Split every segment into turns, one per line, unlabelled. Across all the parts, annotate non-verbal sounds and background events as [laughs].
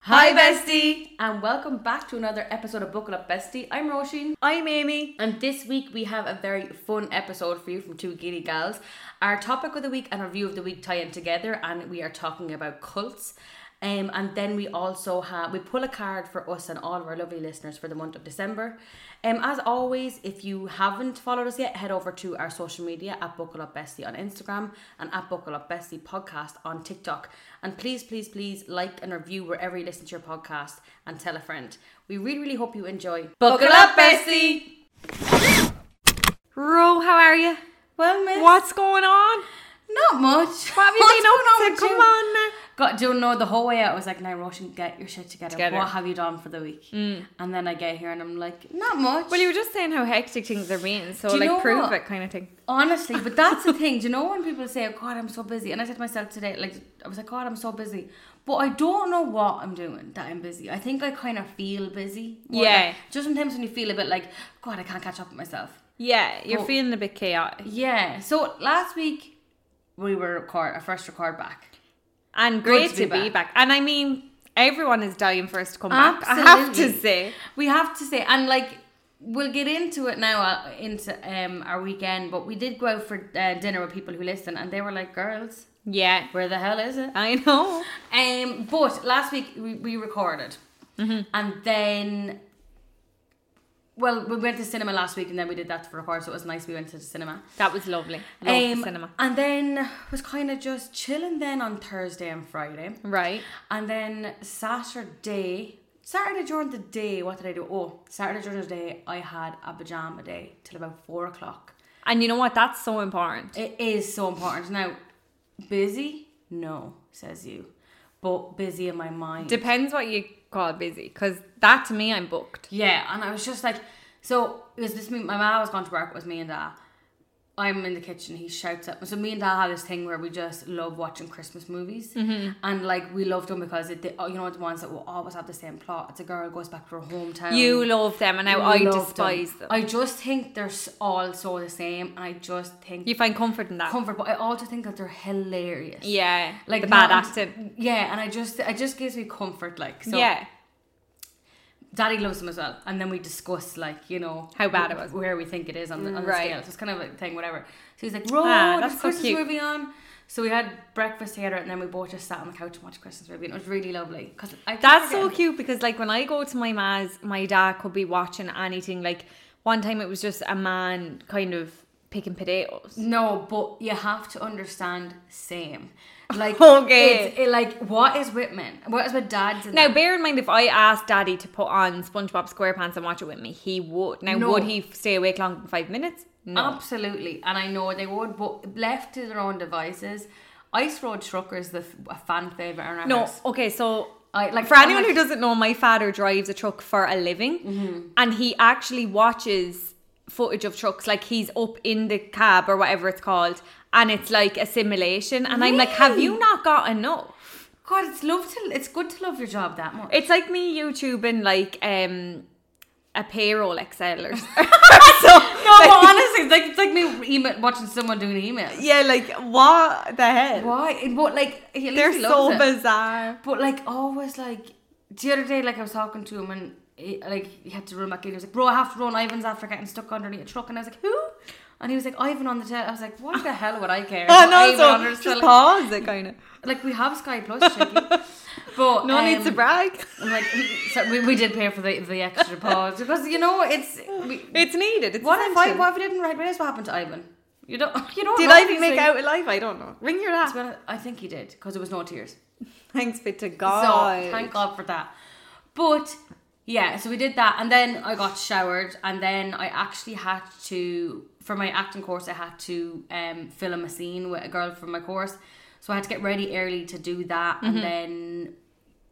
Hi, bestie.
And welcome back to another episode of Buckle Up Bestie. I'm Roisin.
I'm Amy.
And this week we have a very fun episode for you from Two Giddy Gals. Our topic of the week and our view of the week tie in together, and we are talking about cults. Um, and then we also have we pull a card for us and all of our lovely listeners for the month of December. Um, as always, if you haven't followed us yet, head over to our social media at Buckle Up Bestie on Instagram and at Buckle Up Bestie podcast on TikTok. And please, please, please like and review wherever you listen to your podcast and tell a friend. We really, really hope you enjoy.
Buckle up, bestie.
Ro, how are you?
Well, miss.
What's going on?
Not much.
What have you
What's
been up
going
to?
with
Come
you?
on now. God, do you know the whole way out I was like, now Roshan, get your shit together. Mm.
Together.
What have you done for the week? And then I get here and I'm like, not much.
Well, you were just saying how hectic things are being, so
Do you know
like prove
what?
it kind of thing.
honestly, but that's the thing. Do you know when people say, oh, God, I'm so busy? And I said to myself today, like, I was like, God, I'm so busy. But I don't know what I'm doing that I'm busy. I think I kind of feel busy. Or,
Yeah.
like, just sometimes when you feel a bit like, God, I can't catch up with myself.
Yeah, you're
Oh.
feeling a bit chaotic.
Yeah. So last week, we were record, our first record back.
And great
to
to,
be
be, back. And I mean, everyone is dying for us to come back. I have to
Absolutely.
say.
We have to say, and like we'll get into it now uh, into um, our weekend, but we did go out for uh, dinner with people who listen, and they were like, "Girls,
Yeah,
where the hell is it?"
I know.
Um, but last week we, we recorded,
Mm-hmm.
and then. Well, we went to cinema last week, and then we did that for a while, so it was nice. We went to the cinema,
That was lovely. Loved the
Um,
cinema.
and then was kind of just chilling. Then on Thursday and Friday,
Right.
and then Saturday, Saturday during the day, what did I do? Oh, Saturday during the day, I had a pajama day till about four o'clock.
And you know what? That's so important.
It is so important. Now, busy? No, says you. But busy in my mind.
Depends what you call busy, because that to me, I'm booked.
yeah, and I was just like, so it was just me, my mom was gone to work, it was me and dad. I'm in the kitchen, he shouts at me. So me and dad have this thing where we just love watching Christmas movies.
Mm-hmm.
And like, we love them because, it, they, oh, you know, the ones that will always have the same plot. It's a girl goes back to her hometown.
Um, You love them, and now I
love
despise them.
I just think they're s- all so the same. and I just think
You find comfort in that.
comfort, but I also think that they're hilarious.
yeah, like the
not-
bad acting.
Yeah, and I just it just gives me comfort. Like so,
yeah,
Daddy loves them as well, and then we discuss like you know
How bad
wh-
it was.
where we think it is on the, on the
Right.
scale. So it's kind of a thing, whatever. So he's like, "Roll,
Ah,
there's
that's
a
so
Christmas
cute.
movie on." So we had breakfast together, and then we both just sat on the couch and watched a Christmas movie, and it was really lovely. Cause I keep
that's so
forgetting.
cute because like when I go to my ma's, my dad could be watching anything. Like one time, it was just a man kind of picking potatoes.
No, but you have to understand same. Like
[laughs] Okay.
it's, it, like what is with men? What is with dads? And
Now, bear in mind, if I asked Daddy to put on SpongeBob SquarePants and watch it with me, he would. Now,
No.
would he stay awake longer than five minutes? No.
absolutely, and I know they would, but left to their own devices, Ice Road Trucker is the f- a fan favorite in our
No,
house.
okay, so
I like
for
I'm
anyone
like-
who doesn't know, my father drives a truck for a living and he actually watches footage of trucks, like he's up in the cab or whatever it's called, and it's like a simulation. And I'm like, have you not got enough?
God, it's love to it's good to love your job that
[laughs]
much.
It's like me YouTubing like um a payroll Excel or, or so.
no, but honestly, it's like it's like me email watching someone doing emails.
[laughs] Yeah, like what the hell?
Why? And What like he, at least
They're
he
so
loves it.
bizarre.
But like always, like the other day, like I was talking to him and he, like he had to run back in. He was like, "Bro, I have to run Ivan's after getting stuck underneath a truck," and I was like, "Who?" And he was like, "Ivan on the tail." I was like, "Why the hell would I care?"
[laughs] I
about
know,
Ivan on her
so just
telly?"
pause it [laughs] kind of.
Like we have Sky Plus, cheeky.
[laughs]
but
No need
um,
to brag.
I'm like [laughs] so we, we did pay for the the extra pause because you know it's we,
It's needed. It's
what if I
essential.
what if we didn't write this? What happened to Ivan? You don't [laughs] you don't
Did
know
I
these
make
things.
out alive? I don't know. Ring your dad.
Well, I think he did because there was no tears.
Thanks be to God.
So thank God for that. But yeah, so we did that, and then I got showered, and then I actually had to for my acting course. I had to um, film a scene with a girl from my course, so I had to get ready early to do that, and then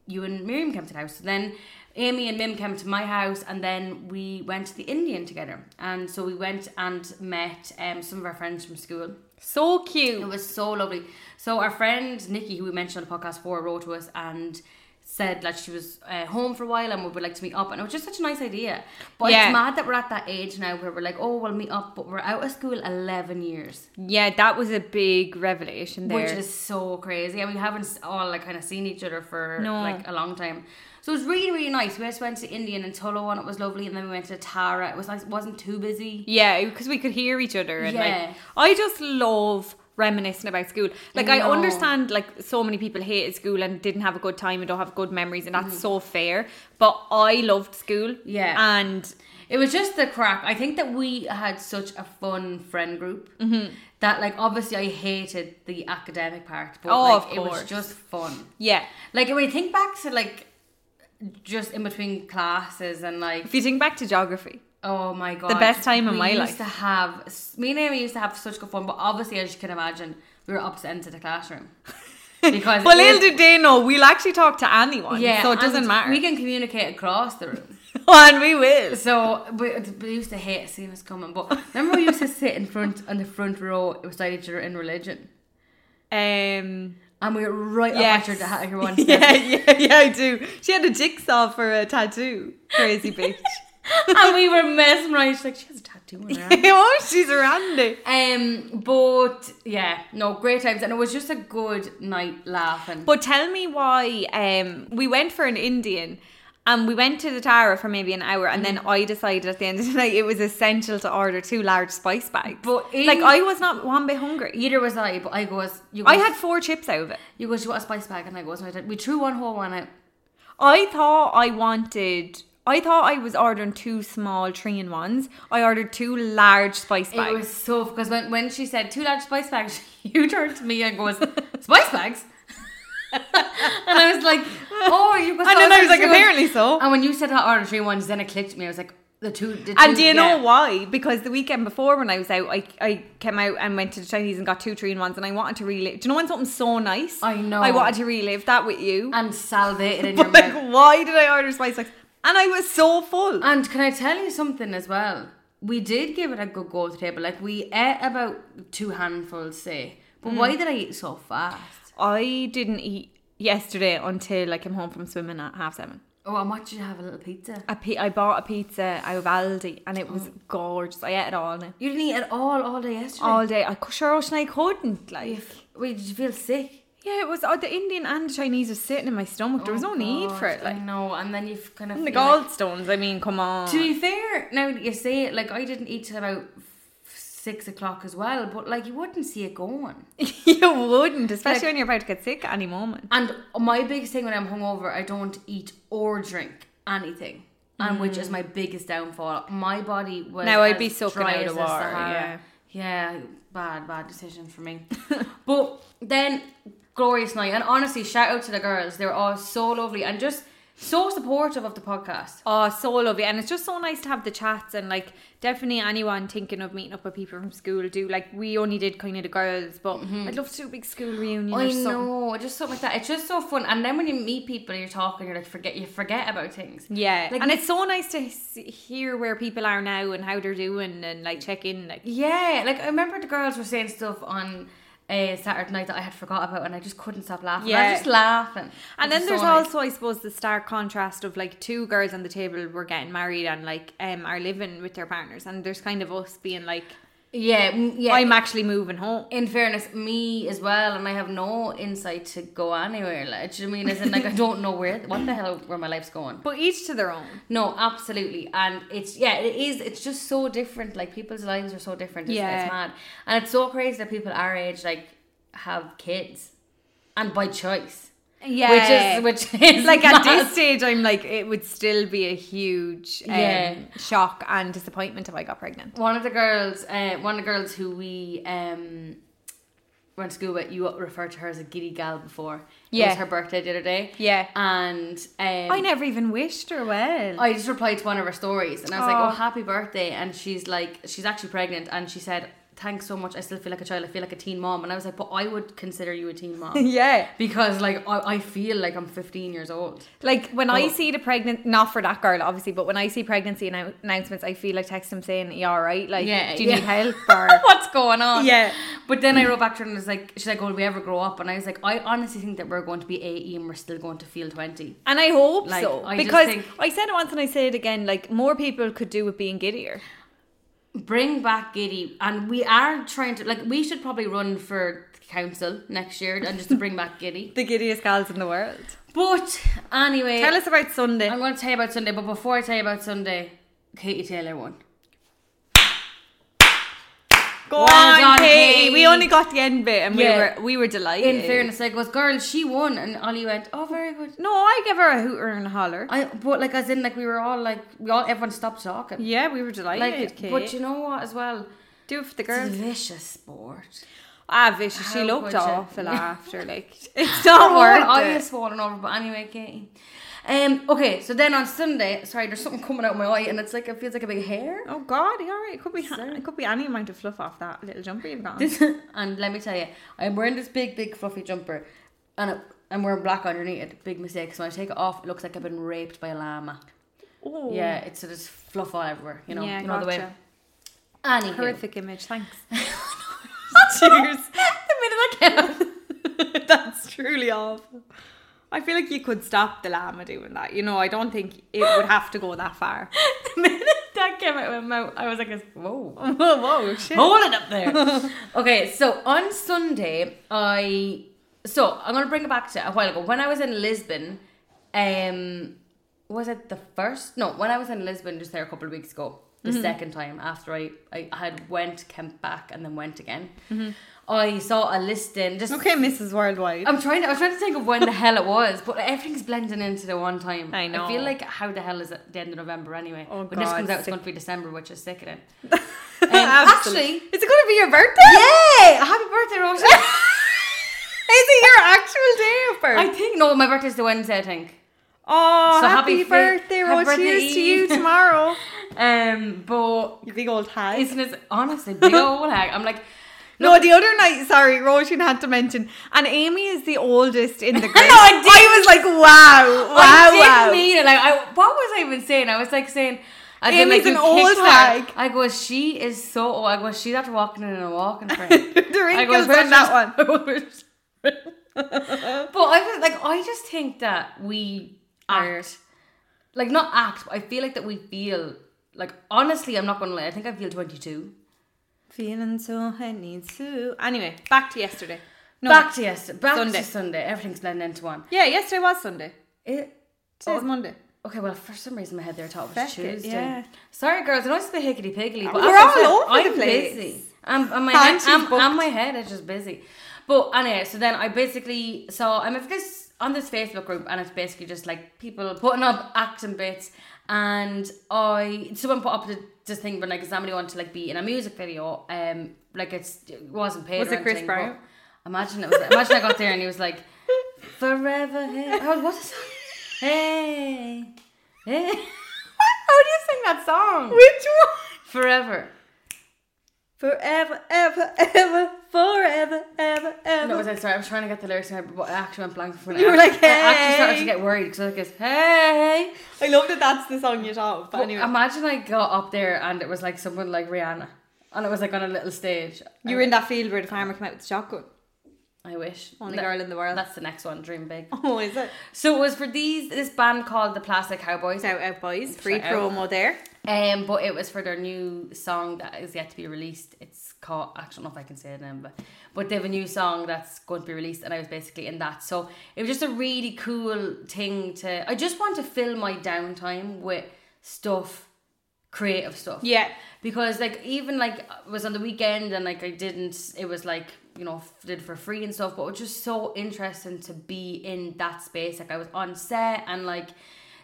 you and Miriam came to the house. Then Amy and Mim came to my house, and then we went to the Indian together. And so we went and met um, some of our friends from school.
So cute.
It was so lovely. So our friend Nikki, who we mentioned on the podcast before, wrote to us and said like she was uh, home for a while and we would like to meet up and it was just such a nice idea but
Yeah.
it's mad that we're at that age now where we're like oh we'll meet up but we're out of school 11 years
Yeah, that was a big revelation there.
which is so crazy and we haven't s- all like kind of seen each other for
No.
like a long time so it was really really nice we just went to Indian and Tullow and it was lovely and then we went to Tara it was nice it wasn't too busy
Yeah, because we could hear each other and
Yeah.
like I just love reminiscing about school. Like I
know.
understand like so many people hated school and didn't have a good time and don't have good memories and that's so fair. But I loved school.
Mm-hmm. Yeah.
And
It was just the crack. I think that we had such a fun friend group
Mm-hmm.
that, like, obviously I hated the academic part, but
Oh,
like,
of
it was
course.
just fun.
yeah.
Like, when you think back to like just in between classes and like,
If you think back to geography.
oh my god,
best time in
we
my
used
life.
to have me and Amy used to have such good fun, but obviously, as you can imagine, we were opposite ends of the classroom [laughs] because
Well,
it
little
was-
did they know, we'll actually talk to anyone. Yeah. So it doesn't
and
matter. [laughs]
We can communicate across the room.
and we will.
So we, we used to hate seeing us coming, but remember we used to sit in front on the front row beside each other in religion,
Um
and we were right
Yes.
up at your, da- [laughs] your
[laughs]
one step,
yeah, yeah, yeah, I do. She had a jigsaw for a tattoo.
[laughs]
Crazy bitch. [laughs]
and we were mesmerized. Like she has a tattoo on her arm.
oh, she's randy.
[laughs] Um, but yeah, no, great times, and it was just a good night laughing.
But tell me why um, we went for an Indian and we went to the Tara for maybe an hour and
Mm.
then I decided at the end of the night it was essential to order two large spice bags.
But in-
like I was not one bit hungry.
Either was I, but I goes, you
I
goes,
had four chips out of it.
you goes, you want a spice bag, and I goes, no, I did. We threw one whole one out.
I thought I wanted. I thought I was ordering two small three in ones. I ordered two large spice
It
bags.
was so because when, when she said two large spice bags, [laughs] you turned to me and goes, Spice bags? [laughs] and I was like, Oh, you
and then I was like, apparently so.
[laughs] And when you said that order three ones, then it clicked to me. I was like, The two. The two
And do you know
yeah.
why? Because the weekend before when I was out, I, I came out and went to the Chinese and got two three in ones and I wanted to relive. Do you know when something's so nice?
I know.
I wanted to relive that with you.
And salivate
[laughs]
in your
But like,
mouth.
why did I order spice bags? And I was so full.
And can I tell you something as well? We did give it a good go today, but like we ate about two handfuls, say. But
Hmm.
why did I eat so fast?
I didn't eat yesterday until I came home from swimming at half seven.
Oh, and what did you have? A little pizza.
A pi- I bought a pizza out of Aldi and it
Oh.
was gorgeous. I ate it all now.
You didn't eat at all all day yesterday.
All day. I cou- sure and I couldn't. Like,
Wait, did you feel sick?
yeah, it was uh, the Indian and the Chinese was sitting in my stomach. There was no need for
Oh God,
it. Like,
I know, and then you've kind of
And the
feel like- "Ah."
gallstones, I mean, come on.
to be fair, now that you say it, like I didn't eat till about f- six o'clock as well, but like you wouldn't see it going.
you [laughs] wouldn't, especially when you're about to get sick at any moment.
And my biggest thing when I'm hungover, I don't eat or drink anything, and which is my biggest downfall. My body was
Now I'd
as
be soaking
dry
out
as
of
the
water,
Sahara.
yeah.
yeah, bad, bad decision for [laughs] me. but then glorious night, and honestly, shout out to the girls. They're all so lovely and just so supportive of the podcast.
Oh, so lovely. And it's just so nice to have the chats and like definitely anyone thinking of meeting up with people from school do. Like we only did kind of the girls, but I'd love to do a big school reunion or
I
something.
know, just something like that. It's just so fun. And then when you meet people, and you're talking, you're like forget you forget about things.
Yeah.
Like-
and it's so nice to s- hear where people are now and how they're doing and like check in. Like
Yeah, like I remember the girls were saying stuff on uh, Saturday night that I had forgot about, and I just couldn't stop laughing. I
Yeah.
was just laughing.
And
It was
then
so
there's
nice.
also, I suppose, the stark contrast of like two girls on the table were getting married and like um are living with their partners, and there's kind of us being like,
yeah, mm, yeah.
I'm actually moving home.
in fairness, me as well, and I have no insight to go anywhere. Like, do you know what I mean? As in, like, I don't know where, what the hell, where my life's going.
But each to their own.
No, absolutely, and it's yeah, it is. It's just so different. Like people's lives are so different. It's,
Yeah.
it's mad, and it's so crazy that people our age like have kids, and by choice,
Yeah,
which [laughs] is which is
like
mad.
at this stage, I'm like, it would still be a huge um,
Yeah.
shock and disappointment if I got pregnant.
One of the girls, uh, one of the girls who we um, went to school with, you referred to her as a giddy gal before. It
Yeah.
was her birthday the other day.
Yeah.
And um,
I never even wished her well.
I just replied to one of her stories and I was like,
Aw.
oh, happy birthday. And she's like, she's actually pregnant. And she said, thanks so much. I still feel like a child. I feel like a teen mom. And I was like, but I would consider you a teen [laughs] mom.
yeah.
because like I, I feel like I'm 15 years old.
Like when I
Oh.
see the pregnant, not for that girl, obviously, but when I see pregnancy annou- announcements, I feel like text them saying, "You all right? Like,
Yeah,
do you
yeah.
need [laughs] help?" Or
[laughs] What's going on?
Yeah.
But then I wrote back to her and was like, she's like, will we ever grow up? And I was like, I honestly think that we're going to be 80 and we're still going to feel 20.
and I hope
Like,
so
I just
because
think-
I said it once and I say it again. Like more people could do with being giddier.
Bring back Giddy. And we are trying to, like, we should probably run for council next year and just to bring back Giddy.
The giddiest gals in the world.
[laughs] But anyway,
Tell us about Sunday.
I'm going to tell you about Sunday. But before I tell you about Sunday, Katie Taylor won.
Go
Well
on,
done,
Katie.
Katie.
We only got the end bit, and
Yeah.
we were we were delighted.
In fairness, I goes, girl, she won. And Ollie went, oh, very good.
no, I give her a hooter and a holler.
I, but like, as in, like, we were all like, we all, everyone stopped talking.
yeah, we were delighted.
Like,
Kate.
but you know what? As well,
do it for the
it's a [laughs]
girls.
vicious sport.
Ah, vicious. She
How
looked
could you? [laughs]
awful
Yeah.
after. Like [laughs] it's not
Her
worth
whole eye
it.
is swollen over. But anyway, Katie. Um. Okay. So then on Sunday, sorry, there's something coming out of my eye, and it's like it feels like a big hair. [laughs]
Oh God, yeah, all right. It could be it could be any amount of fluff off that little jumper you've got. on.
This, and let me tell you, I'm wearing this big, big fluffy jumper, and it, I'm wearing black underneath it. Big mistake. 'cause when I take it off, it looks like I've been raped by a llama.
oh,
Yeah, it's there's fluff all everywhere. You know.
yeah,
you know
gotcha.
the way. Anywho.
Horrific image. Thanks.
[laughs]
[laughs]
Cheers. the minute I came out.
That's truly awful. I feel like you could stop the llama doing that. You know, I don't think it would have to go that far. [laughs]
The minute that came out of my mouth, I was like, whoa.
whoa, whoa, shit.
Hold it up
[laughs]
there. okay, so on Sunday, I so I'm gonna bring it back to a while ago when I was in Lisbon. Um, was it the first? No, when I was in Lisbon just there a couple of weeks ago, the
Mm-hmm.
second time after I I had went, came back, and then went again.
Mm-hmm.
I saw a listing. Just
Okay, Mrs. Worldwide.
I'm trying. To, I was trying to think of when the hell it was, but everything's blending into the one time.
I know.
I feel like how the hell is it the end of November anyway?
Oh,
when this
God,
comes out, it's
sick.
going to be December, which is sick of it.
[laughs]
Um,
Absolutely.
actually,
is it going to be your birthday?
yeah! Happy birthday,
[laughs]
Rosie!
Is it your actual day of birth?
I think no, my birthday's the Wednesday. I think.
oh,
So
happy,
happy fi-
birthday,
happy
Ro.
birthday,
Cheers to you [laughs]
Eve.
tomorrow.
Um, but
you big old hag.
isn't it honestly
[laughs]
big old hag? I'm like,
No, the other night, sorry, Roisin had to mention, and Amy is the oldest [laughs] in the group.
I didn't.
I was like, wow, wow,
I didn't
wow. [laughs]
mean it. Like, I what was I even saying? I was like saying. I did,
Amy's
like, do
an old
Kickstarter.
hag.
I go, she is so old. I go, she's after walking in a walking
[laughs]
frame.
the wrinkles on [laughs] that one.
one. but I was like, I just think that we act, like not act, but I feel like that we feel like honestly, I'm not gonna lie. I think I feel 22.
Feeling so honey too. Anyway, back to yesterday. No,
Back to yes, back
Sunday.
to Sunday. Everything's blended into one.
yeah, yesterday was Sunday.
It,
Today's Monday.
okay, well, for some reason my head there I thought it was
Feck it,
Tuesday.
yeah.
Sorry, girls, I know it's the hickety piggly, but
We're
as I
all
said,
over the
I'm
place.
busy. I'm, I'm my
And
head,
she's
I'm,
booked.
I'm my head is just busy. But anyway, so then I basically saw I'm of this on this Facebook group, and it's basically just like people putting up acting bits, and I someone put up the, this thing when like somebody wanted to like be in a music video, um, like it's it wasn't paid.
Was
or
it Chris
anything, but
Brown?
Imagine it was. imagine I got there and he was like, "Forever." Hey, oh, what is that? Hey, hey. How do you sing that song?
Which one?
Forever.
Forever, ever, [laughs] ever, forever, ever, ever.
No, was I sorry? I was trying to get the lyrics, and I but I actually went blank for a
You were like,
I actually started
"Hey."
to get worried because I was like, "Hey."
I love that that's the song you thought of, but anyway.
Imagine I got up there and it was like someone like Rihanna, and it was like on a little stage.
you were in that field where the farmer came out with the shotgun.
I wish
Only
That-
girl in the world.
That's the next one. Dream big.
[laughs] Oh, is it?
So it was for these this band called the Plastic Cowboys.
Shout out, boys. Free
Shout out.
promo there.
Um, but it was for their new song that is yet to be released. It's called I don't know if I can say the name, but but they have a new song that's going to be released, and I was basically in that. So it was just a really cool thing to. I just want to fill my downtime with stuff, creative stuff
Yeah.
because like even like it was on the weekend and like I didn't it was like you know f- did for free and stuff but it was just so interesting to be in that space like I was on set and like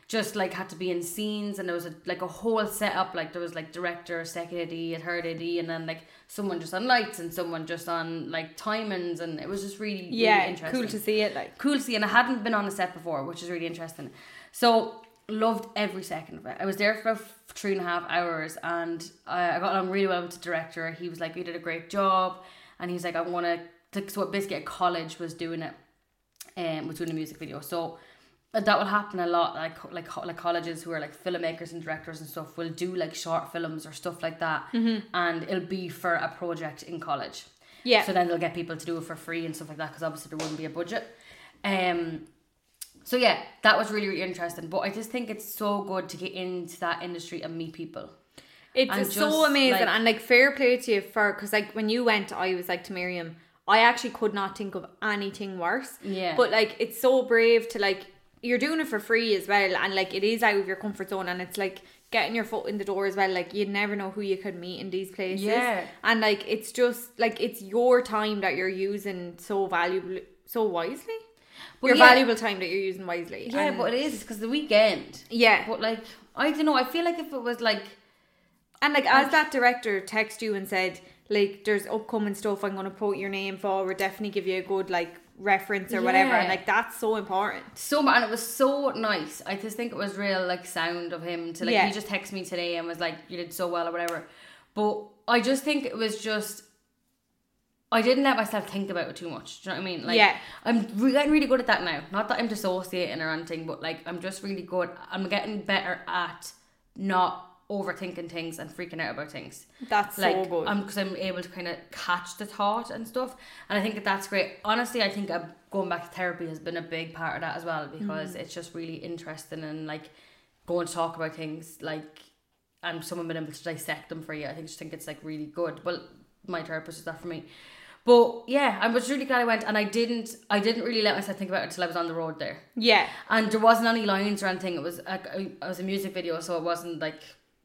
just like had to be in scenes and there was a, like a whole setup like there was like director second AD and third AD and then like someone just on lights and someone just on like timings and it was just really really
Yeah,
interesting
cool to see it. Like,
cool to see and I hadn't been on a set before which is really interesting so loved every second of it. I was there for about three and a half hours, and I, I got along really well with the director. He was like, "You did a great job," and he's like, "I want to." So basically, at college was doing it, and um, was doing a music video. So that will happen a lot. Like co- like co- like colleges who are like filmmakers and directors and stuff will do like short films or stuff like that, and it'll be for a project in college.
Yeah.
So then they'll get people to do it for free and stuff like that because obviously there wouldn't be a budget. Um. So yeah, that was really really interesting. But I just think it's so good to get into that industry and meet people.
It's
And
so
just,
amazing
like-
and like fair play to you for because like when you went, I was like to Miriam, I actually could not think of anything worse.
Yeah.
But like it's so brave to like you're doing it for free as well, and like it is out of your comfort zone, and it's like getting your foot in the door as well. Like you never know who you could meet in these places.
Yeah.
And like it's just like it's your time that you're using so valuable, so wisely.
Well,
your
yeah.
valuable time that you're using wisely.
Yeah,
and,
but it is because the weekend.
yeah.
But like I don't know. I feel like if it was like
And like as that director texted you and said, like, there's upcoming stuff I'm gonna put your name for, we'll definitely give you a good like reference or whatever.
Yeah.
And like that's so important.
so mu- and it was so nice. I just think it was real like sound of him to like
Yeah.
he just texted me today and was like you did so well or whatever. But I just think it was just I didn't let myself think about it too much. Do you know what I mean? Like
Yeah.
I'm re- getting really good at that now. Not that I'm dissociating or anything, but like I'm just really good. I'm getting better at not overthinking things and freaking out about things.
That's
like
so good.
I'm because I'm able to kind of catch the thought and stuff, and I think that that's great. Honestly, I think i going back to therapy has been a big part of that as well because
Mm.
it's just really interesting and like going to talk about things like and someone been able to dissect them for you. I think just think it's like really good. Well, my therapist is that for me. But yeah, I was really glad I went, and I didn't. I didn't really let myself think about it until I was on the road there,
yeah.
and there wasn't any lines or anything. It was like it was a music video, so it wasn't like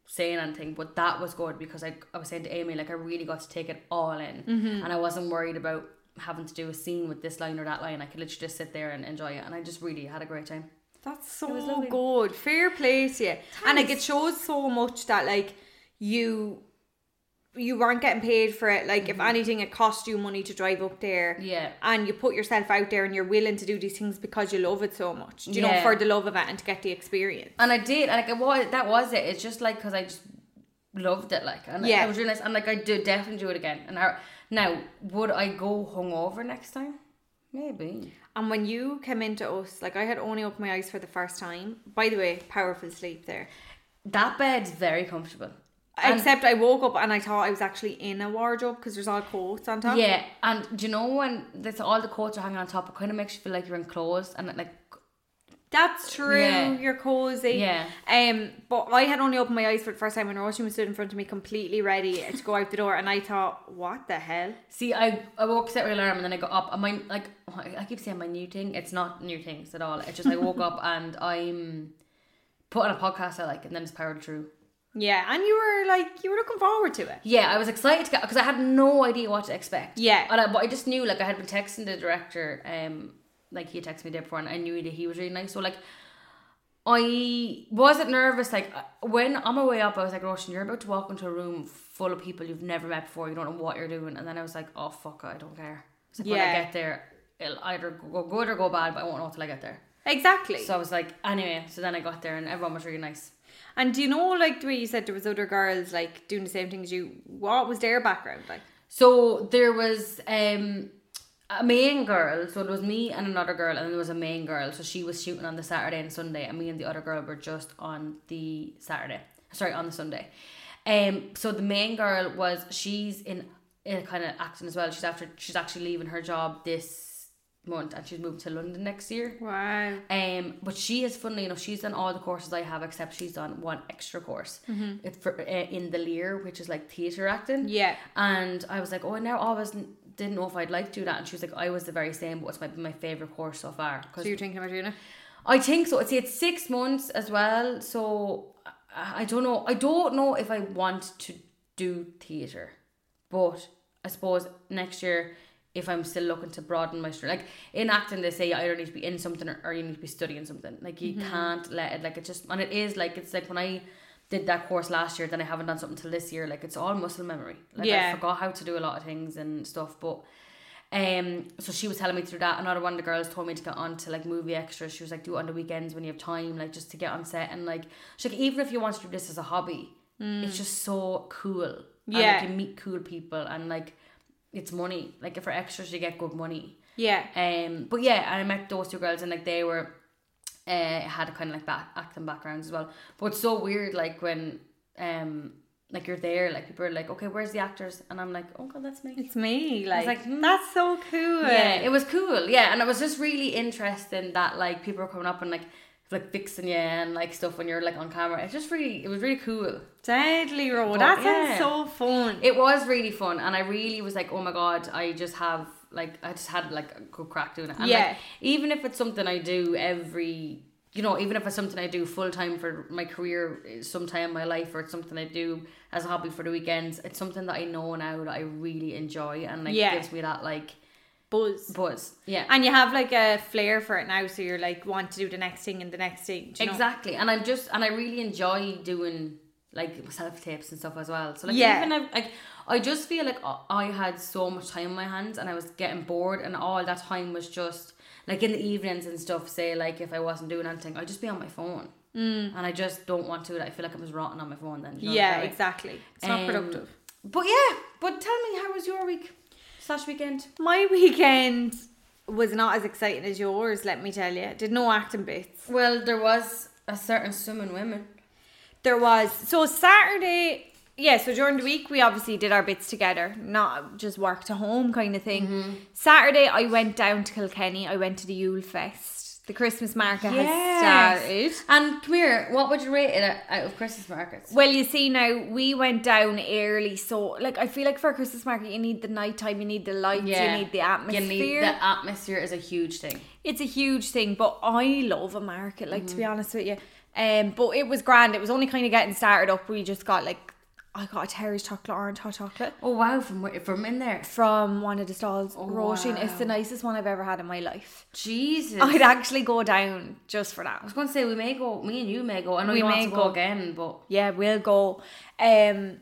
saying anything. But that was good because I, I was saying to Amy, like I really got to take it all in, and I wasn't worried about having to do a scene with this line or that line. I could literally just sit there and enjoy it, and I just really had a great time.
That's
was
so
lovely.
good. Fair play to you. And like it shows so much that like you you weren't getting paid for it. Like if anything it cost you money to drive up there.
Mm-hmm. Yeah.
And you put yourself out there and you're willing to do these things because you love it so much. Do you know,
Yeah.
for the love of it and to get the experience.
And I did, and like it was that was it. It's just like because I just loved it, like and
Yeah.
yeah. I was really nice, and like I do definitely do it again. And I, now would I go hungover next time? Maybe.
And when you came into us, like I had only opened my eyes for the first time. By the way, powerful sleep there.
That bed's very comfortable.
Except I woke up and I thought I was actually in a wardrobe because there's all coats on top.
Yeah, and do you know when this all the coats are hanging on top? It kind of makes you feel like you're enclosed, and it, like
That's true.
Yeah.
You're cozy.
Yeah.
Um, but I had only opened my eyes for the first time when Roisin was stood in front of me, completely ready to go out the door, and I thought, "What the hell?"
see, I I woke set my alarm and then I got up, and my like I keep saying my new thing. It's not new things at all. It's just I woke up and I'm putting a podcast I like, and then it's powered through.
Yeah, and you were like, you were looking forward to it.
Yeah, I was excited to get because I had no idea what to expect.
Yeah.
and I, but I just knew like I had been texting the director, um, like he had texted me the day before, and I knew that he was really nice. So like, I wasn't nervous. Like I- when on my way up, I was like, Roshan, you're about to walk into a room full of people you've never met before. You don't know what you're doing, and then I was like, oh fuck, it, I don't care. It's like when
Yeah.
I get there, it'll either go good or go bad, but I won't know till I get there.
Exactly.
So I was like, anyway. So then I got there, and everyone was really nice.
and do you know, like the way you said there was other girls like doing the same thing as you? What was their background like?
So there was um a main girl, so it was me and another girl, and there was a main girl. So she was shooting on the Saturday and Sunday, and me and the other girl were just on the Saturday. Sorry, on the Sunday. Um, so the main girl was she's in, in kind of acting as well. She's after she's actually leaving her job this month, and she's moving to London next year.
Wow.
Um, but she is funnily enough, she's done all the courses I have, except she's done one extra course. It's for uh, in the Lear, which is like theatre acting.
Yeah.
And I was like, oh, now I was didn't know if I'd like to do that. And she was like, I was the very same, but it's my, my favorite course so far. Cause
So you're thinking about doing it?
I think so. It's it's six months as well, so uh, I, I don't know. I don't know if I want to do theater, but I suppose next year. If I'm still looking to broaden my str- like in acting, they say you either need to be in something or, or you need to be studying something. Like you can't let it like it's just and it is like it's like when I did that course last year, then I haven't done something till this year. Like it's all muscle memory. Like
Yeah.
I forgot how to do a lot of things and stuff, but Um, so she was telling me through that. Another one of the girls told me to get on to like movie extras. She was like, do it on the weekends when you have time, like just to get on set and like, she's like, even if you want to do this as a hobby, it's just so cool.
Yeah.
and, like, you meet cool people and like, it's money. Like for extras, you get good money.
Yeah.
Um, but yeah, and I met those two girls and like they were, uh, had a kind of like back acting backgrounds as well. But it's so weird, like when um, like you're there, like people are like, okay, where's the actors? And I'm like, oh god, that's me.
It's me. Like,
like, hmm.
that's so cool.
Yeah, it was cool. Yeah, and it was just really interesting that like people were coming up and like like fixing you and like stuff when you're like on camera. It's just really, it was really cool.
Deadly Road.
But,
that sounds
yeah.
so fun.
It was really fun, and I really was like, oh my god, I just have like I just had like a good crack doing it. And,
Yeah.
Like, even if it's something I do every, you know, even if it's something I do full time for my career, sometime in my life, or it's something I do as a hobby for the weekends, it's something that I know now that I really enjoy, and like
Yeah.
gives me that like
Buzz.
buzz. Yeah.
And you have like a flair for it now, so you're like want to do the next thing and the next thing. do you know?
exactly and i'm just and i really enjoy doing like self tapes and stuff as well so like
Yeah.
even if, like i just feel like I- i had so much time on my hands and i was getting bored and all that time was just like in the evenings and stuff say like if i wasn't doing anything i'd just be on my phone mm. and i just don't want to do that. i feel like i was rotting on my phone then you know,
Yeah,
that way.
exactly. It's not
Um,
productive.
but yeah but tell me how was your week slash weekend
My [laughs] weekend was not as exciting as yours, let me tell you. Did no acting bits.
well there was a certain swimming women
There was so Saturday. Yeah, so during the week we obviously did our bits together, not just work to home kind of thing.
Mm-hmm.
Saturday I went down to Kilkenny. I went to the Yule Fest. The Christmas market
Yes.
has started.
and come here what would you rate it out- out of christmas markets
Well, you see now we went down early, so like I feel like for a Christmas market you need the nighttime, you need the lights, you need the atmosphere.
You need the atmosphere is a huge thing.
it's a huge thing, but I love a market, like to be honest with you. Um, but it was grand. It was only kind of getting started up. We just got like I got a Terry's chocolate orange hot chocolate
Oh wow, from where, from in there.
from one of the stalls. Oh,
wow.
it's the nicest one I've ever had in my life.
Jesus.
I'd actually go down just for that.
was gonna say we may go. Me and you may go. I know
We
you want
may
to go,
go.
again, but
Yeah, we'll go. Um,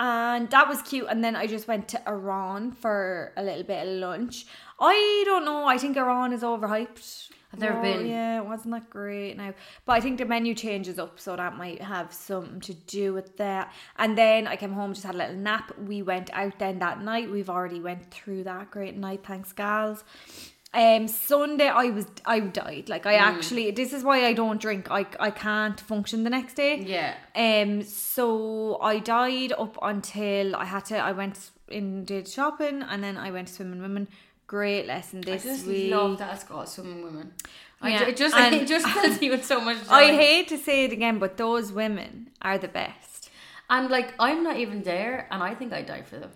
and that was cute. And then I just went to Iran for a little bit of lunch. I don't know. I think Iran is overhyped.
I've never
No,
been.
Yeah, it wasn't that great now. But I think the menu changes up, so that might have something to do with that. And then I came home, just had a little nap. We went out then that night. We've already went through that great night. Thanks, gals. Um, Sunday I was I died. Like I
Mm.
actually, this is why I don't drink. I I can't function the next day.
yeah.
Um, so I died up until I had to. I went in, did shopping, and then I went swimming. Women, great lesson
I
this
just
week.
love that Scott swimming women. I
Yeah,
ju- it just
and-
it [laughs] just fills you with so much. Joy.
I hate to say it again, but those women are the best.
and like I'm not even there, and I think I died for them.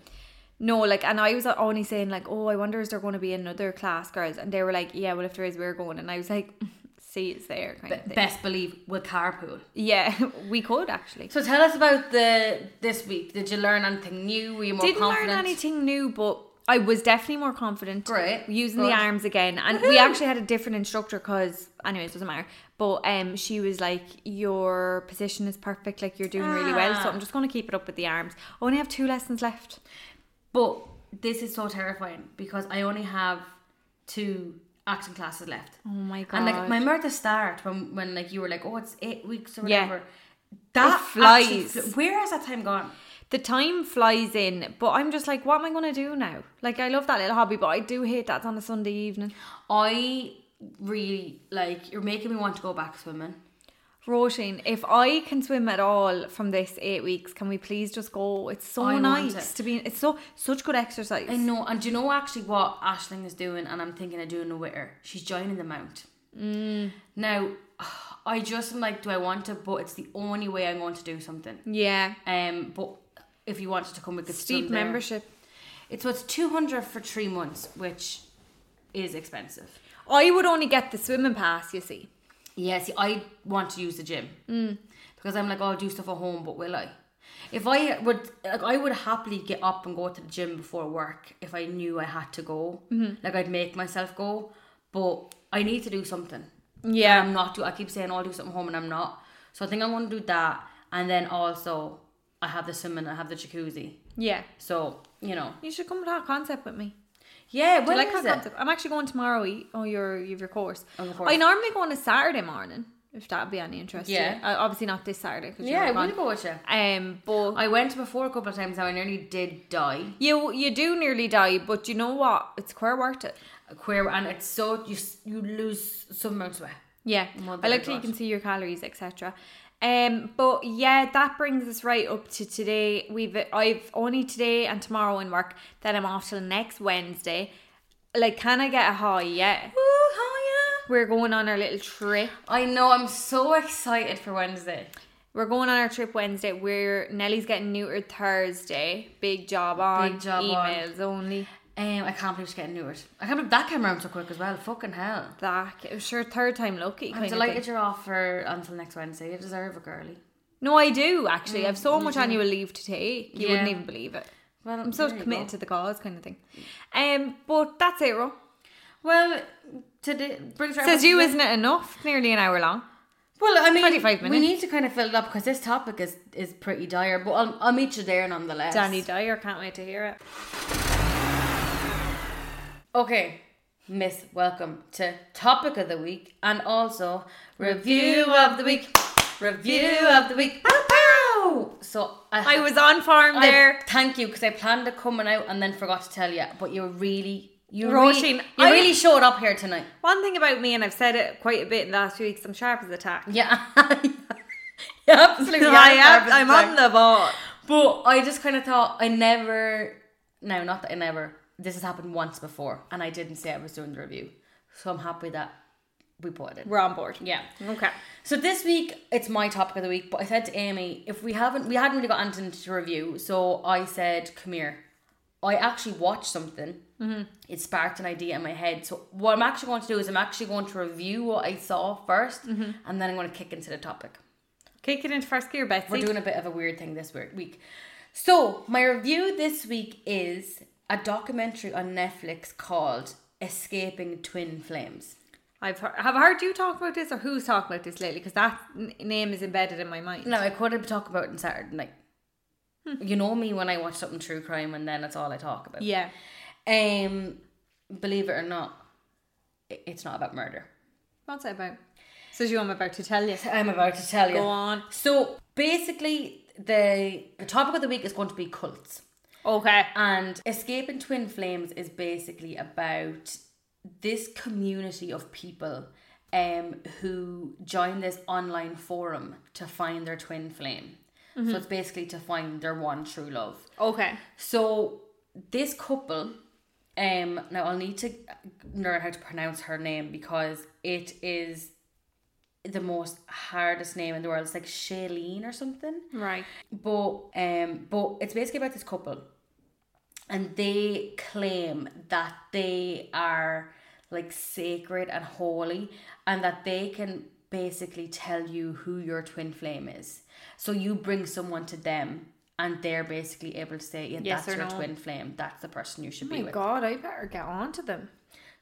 No, like, and I was only saying like, oh, I wonder is there going to be another class, girls? And they were like, yeah, well, if there is, we're going. And I was like, [laughs] see, it's there, kind of
But
thing.
best believe we'll carpool.
yeah, [laughs] we could actually.
So tell us about the this week. Did you learn anything new? Were you more
didn't
confident?
learn anything new, but I was definitely more confident.
Great.
Using
Good.
the arms again. And we actually had a different instructor because, anyways, doesn't matter. But um, she was like, Your position is perfect. Like, you're doing really well. So
Ah.
I'm just going to keep it up with the arms. I only have two lessons left.
But this is so terrifying because I only have two acting classes left.
Oh my God.
And like my mirth start when when like you were like, oh, it's eight weeks or
Yeah.
whatever. That
flies.
actually fl- Where has that time gone?
the time flies in, but I'm just like, What am I going to do now? Like, I love that little hobby, but I do hate that's on a Sunday evening.
I really like you're making me want to go back swimming.
Roisin, if I can swim at all from this eight weeks, can we please just go? It's so
I want
nice
it.
to be. It's so such good exercise.
I know, and do you know actually what Ashling is doing? And I'm thinking of doing with her. She's joining the mount. Mm. Now, [sighs] I just am like, do I want to? But it's the only way I'm going to do something.
Yeah.
Um, but if you wanted to come, we could still
Steep
do it.
membership.
It's what's two hundred for three months, which is expensive.
I would only get the swimming pass, you see.
Yeah, see, I want to use the gym
Mm.
because I'm like, oh, I'll do stuff at home, but will I? If I would, like, I would happily get up and go to the gym before work if I knew I had to go.
Mm-hmm.
Like, I'd make myself go, but I need to do something.
Um,
And I'm not do. I keep saying "Oh, I'll do something home, and I'm not. So I think I'm gonna do that, and then also I have the swimming, I have the jacuzzi.
Yeah.
So you know,
You should come to that concept with me.
Yeah,
Do you
when
like
is
that
it?
concept? I'm actually going tomorrow. e- Oh, you're you've your course.
On the course.
I normally go on a Saturday morning if that'd be any interest. Yeah.
Yeah.
To you. Uh, obviously not this Saturday. 'cause
Yeah,
you're
we'll
gone.
go with you.
Um, but
I went before a couple of times now. I nearly did die.
you you do nearly die, but you know what? It's quite worth it.
Queer and it's so you s- you lose some amount of weight.
Yeah,
Mother
I like that you
God.
can see your calories, etc. Um, but yeah, that brings us right up to today. We've I've only today and tomorrow in work. Then I'm off till next Wednesday. Like, can I get a high yet? We're going on our little trip.
I know. I'm so excited for Wednesday.
We're going on our trip Wednesday. We're Nelly's getting neutered Thursday. Big job on.
Big job on.
Emails only.
Um, I can't believe she's getting newer. I can't believe that came around so quick as well. Fucking hell.
That I'm sure third time lucky.
I'm
kind of
delighted
thing.
you're off for until next Wednesday. You deserve a girly.
No, I do actually. I've so much annual leave to take. You wouldn't
Mm, Yeah.
even believe it.
Well,
I'm so
there you
committed
go.
to the cause, kind of thing. Um, but that's it, Ro.
Well, today brings our
Says you, isn't it enough? Nearly an hour long.
Well, I mean,
25
We
minutes.
need to kind of fill it up because this topic is is pretty dire. But I'll, I'll meet you there nonetheless.
Danny Dyer, can't wait to hear it.
Okay, Miss, welcome to topic of the week and also review of the week. Review of the week. Pow, pow! So I,
I was on farm
I-
there.
thank you because I planned it coming out and then forgot to tell you. But you really, you
Roisin,
really, you
I-
really showed up here tonight. [laughs]
One thing about me, and I've said it quite a bit in the last few weeks, I'm sharp as a tack.
Yeah, You absolutely.
[laughs] I
are
am,
nervous,
I'm
like-
on the ball.
But I just kind of thought I never. No, not that I never. This has happened once before, and I didn't say I was doing the review, so I'm happy that we bought it.
We're on board.
Yeah.
Okay.
So this week it's my topic of the week, but I said to Amy, if we haven't, we hadn't really got anything to review, so I said, "Come here." I actually watched something. Mm-hmm. It sparked an idea in my head. So what I'm actually going to do is I'm actually going to review what I saw 1st and then I'm going to kick into the topic.
Kick it into first gear, Betsy.
We're doing a bit of a weird thing this weir- week. So, my review this week is a documentary on Netflix called Escaping Twin Flames.
I've heard, have I heard you talk about this, or who's talking about this lately? Because that n- name is embedded in my mind.
No, I could have talked about it on Saturday night. You know me when I watch something true crime and then that's all I talk about.
Yeah.
Um, believe it or not, i- it's not about murder.
What's that about? So you, I'm about to tell you.
I'm about to tell you.
Go on.
So basically, the the topic of the week is going to be cults.
Okay.
And Escaping Twin Flames is basically about this community of people um, who join this online forum to find their twin flame. So it's basically to find their one true love.
Okay.
So this couple, um, now I'll need to learn how to pronounce her name because it is the most hardest name in the world. It's like Shailene or something
Right.
but um but it's basically about this couple and they claim that they are like sacred and holy and that they can basically tell you who your twin flame is so you bring someone to them and they're basically able to say yeah
Yes
that's
or
your
no.
twin flame that's the person you should
Oh
be
my
with
God, I better get on to them.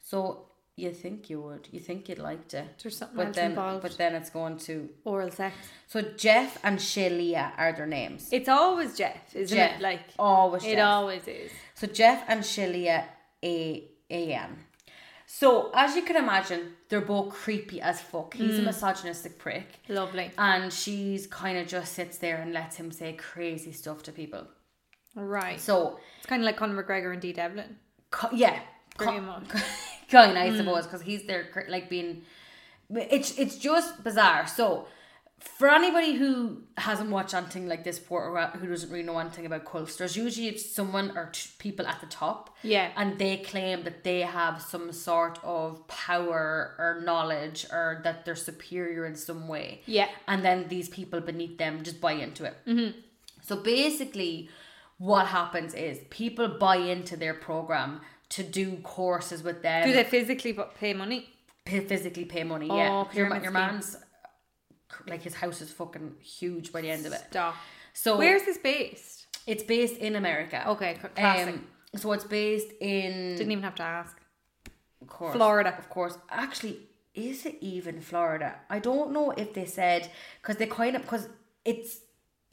so you think you would you think you'd like to
There's something
but
else
then
involved.
but then it's going to
Oral sex.
so jeff and shelia are their names
It's always Jeff, isn't
Jeff,
it? Like
always
it
Jeff.
always is.
So Jeff and Shelia A AM. So as you can imagine, they're both creepy as fuck. He's a misogynistic prick.
Lovely.
And she's kind of just sits there and lets him say crazy stuff to people.
Right.
So
It's kind of like Conor McGregor and Dee Devlin.
co- yeah, [laughs]
Pretty much.
kind of I suppose because he's there cr- like being. It's it's just bizarre. So for anybody who hasn't watched anything like this before or who doesn't really know anything about cults, there's usually it's someone or t- people at the top.
Yeah.
and they claim that they have some sort of power or knowledge or that they're superior in some way.
Yeah.
And then these people beneath them just buy into it.
Mm-hmm.
So basically, what happens is people buy into their program to do courses with them,
Do they physically bu- pay money?
pay, physically pay money.
Oh,
yeah. Your, ma- your
pyramid scheme.
man's, like, his house is fucking huge by the end of it.
Stop.
So
Where's this based?
it's based in America.
Okay, c- Oh, classic.
Um, so it's based in
Didn't even have to ask.
Of course.
Florida.
Of course. Actually, is it even Florida? I don't know if they said because they kind of because it's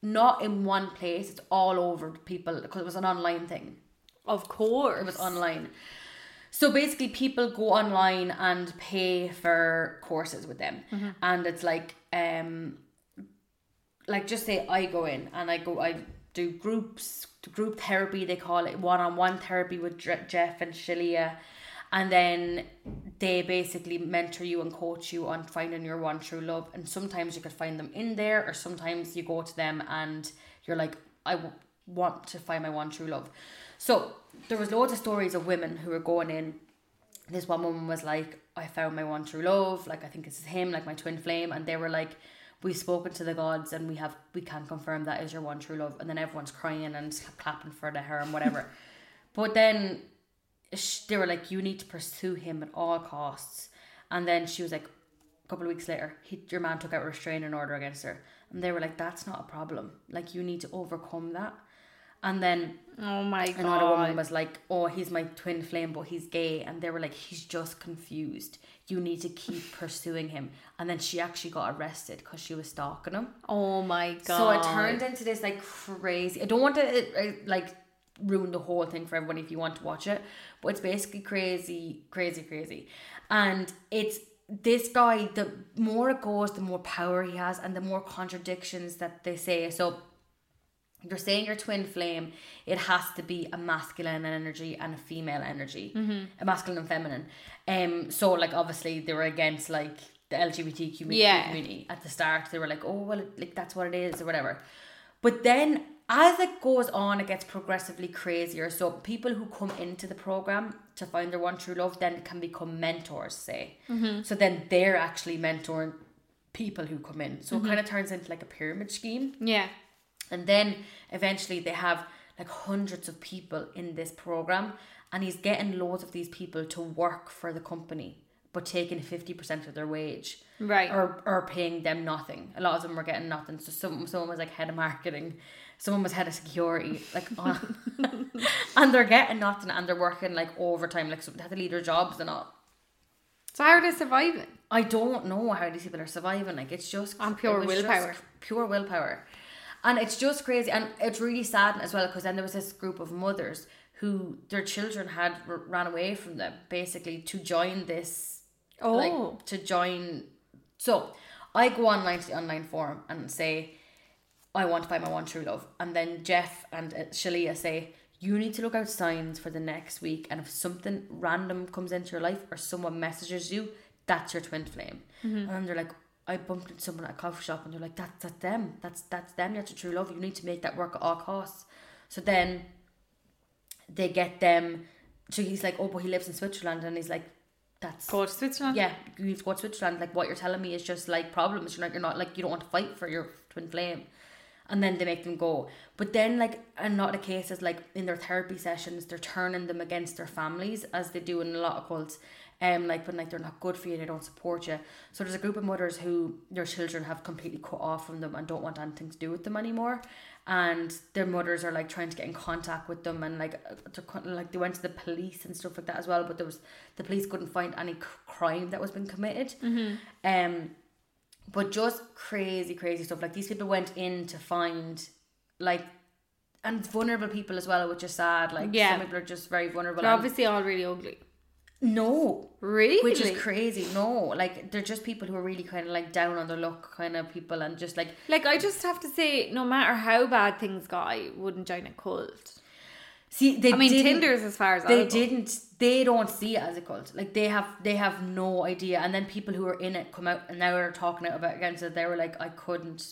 not in one place. It's all over people because it was an online thing.
Of course.
It was online. So basically, people go online and pay for courses with them, and it's like, um, like just say I go in and I go, I do groups, group therapy they call it, one on one therapy with Dr- Jeff and Shalia, and then they basically mentor you and coach you on finding your one true love. And sometimes you could find them in there, or sometimes you go to them and you're like, I w- want to find my one true love. So there was loads of stories of women who were going in. This one woman was like, I found my one true love, like I think this is him, like my twin flame, and they were like, We've spoken to the gods and we have we can confirm that is your one true love, and then everyone's crying and clapping for the her and whatever. but then sh- they were like, you need to pursue him at all costs. And then she was like, a couple of weeks later, he, your man took out a restraining order against her. And they were like, that's not a problem. Like, you need to overcome that. And then
Oh my god.
another woman was like, oh, he's my twin flame, but he's gay. And they were like, he's just confused. You need to keep pursuing him. And then she actually got arrested because she was stalking him.
Oh my god.
So it turned into this like crazy. I don't want to uh, uh, like ruin the whole thing for everyone if you want to watch it, but it's basically crazy, crazy, crazy, and it's this guy. The more it goes, the more power he has, and the more contradictions that they say. So you're saying your twin flame, it has to be a masculine energy and a female energy, a masculine and feminine. Um, so like obviously they were against like the LGBTQ community,
Yeah.
community at the start. They were like, oh well, like that's what it is or whatever. But then as it goes on, it gets progressively crazier. So people who come into the program to find their one true love then can become mentors, say. So then they're actually mentoring people who come in. So it kind of turns into like a pyramid scheme.
Yeah.
And then eventually they have like hundreds of people in this program, and he's getting loads of these people to work for the company, but taking 50% of their wage.
Right.
Or, or paying them nothing. A lot of them were getting nothing. So some, someone was like head of marketing, someone was head of security, like, on- [laughs] and they're getting nothing and they're working like overtime, like, so they have to leave their jobs and all.
So how are they surviving?
I don't know how these people are surviving. Like it's just
On pure
it was just
willpower.
pure willpower, and it's just crazy. And it's really sad as well because then there was this group of mothers who their children had r- ran away from them basically to join this
Oh.
like to join. So I go online to the online forum and say, I want to find my one true love. And then Jeff and uh, Shalia say, you need to look out signs for the next week. And if something random comes into your life or someone messages you, that's your twin flame. And then they're like, I bumped into someone at a coffee shop and they're like, that's, that's them. That's, that's them. That's your true love. You need to make that work at all costs. So then they get them. So he's like, oh, but he lives in Switzerland. And he's like, that's
Go to Switzerland.
yeah, you need to go to Switzerland. Like what you're telling me is just like problems. You're not, you're not like you don't want to fight for your twin flame, and then they make them go. But then like and not the case is like in their therapy sessions, they're turning them against their families as they do in a lot of cults. Um, like when like they're not good for you, they don't support you. So there's a group of mothers who their children have completely cut off from them and don't want anything to do with them anymore. And their mothers are like trying to get in contact with them and like uh, they're con- like they went to the police and stuff like that as well. But there was the police couldn't find any c- crime that was been committed.
Mm-hmm.
Um, but just crazy, crazy stuff. Like these people went in to find like and vulnerable people as well, which is sad. Like
Yeah.
some people are just very vulnerable.
They're
and-
obviously all really ugly.
no,
Really?
which is crazy. No, like they're just people who are really kind of like down on their luck, kind of people, and just like
Like I just have to say, no matter how bad things got, I wouldn't join a cult.
see. They
I mean,
didn't,
Tinder's as far as
They
I'll go.
didn't. They don't see it as a cult. Like they have. They have no idea. And then people who are in it come out and now are talking out about it again. So they were like, I couldn't.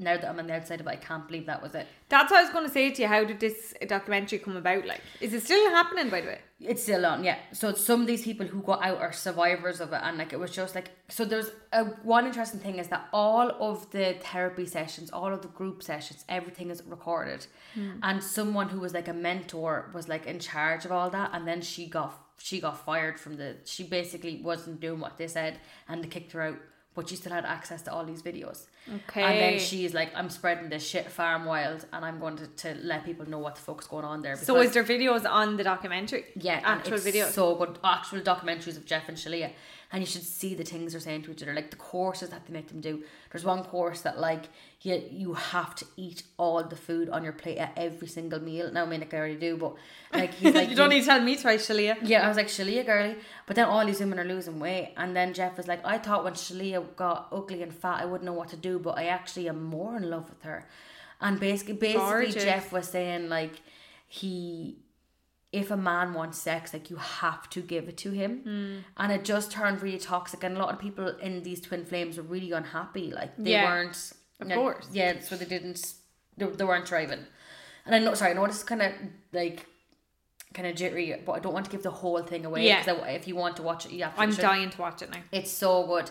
Now that I'm on the outside of it, I can't believe that was it.
That's what I was going to say to you. How did this documentary come about? Like, is it still happening? By the way,
It's still on, yeah. So some of these people who got out are survivors of it, and like it was just like so. There's a, one interesting thing is that all of the therapy sessions, all of the group sessions, everything is recorded,
Hmm.
and someone who was like a mentor was like in charge of all that, and then she got she got fired from the. She basically wasn't doing what they said, and they kicked her out. But she still had access to all these videos. And
Okay.
then she's like, I'm spreading this shit farm wild and I'm going to, to let people know what the fuck's going on there.
so is there videos on the documentary? [laughs]
Yeah, and
actual
it's
videos.
So good, actual documentaries of Jeff and Shalia. and you should see the things they're saying to each other, like the courses that they make them do. There's one course that like you you have to eat all the food on your plate at every single meal. Now I mean, like I already do, but like
[laughs]
he's like
you don't need to tell me twice, Shalia.
yeah, I was like Shalia, girly, but then all these women are losing weight, and then Jeff was like, I thought when Shalia got ugly and fat, I wouldn't know what to do, but I actually am more in love with her, and basically, basically
Gorgeous.
Jeff was saying like he if a man wants sex, like you have to give it to him.
Hmm.
And it just turned really toxic. And a lot of people in these twin flames were really unhappy. Like they
Yeah.
weren't.
Of
no,
course.
Yeah, so they didn't. They, they weren't thriving. And I know, sorry, I know this is kind of like kind of jittery, but I don't want to give the whole thing away.
Yeah.
'cause I- if you want to watch it, you have to.
I'm
should.
dying to watch it now.
It's so good.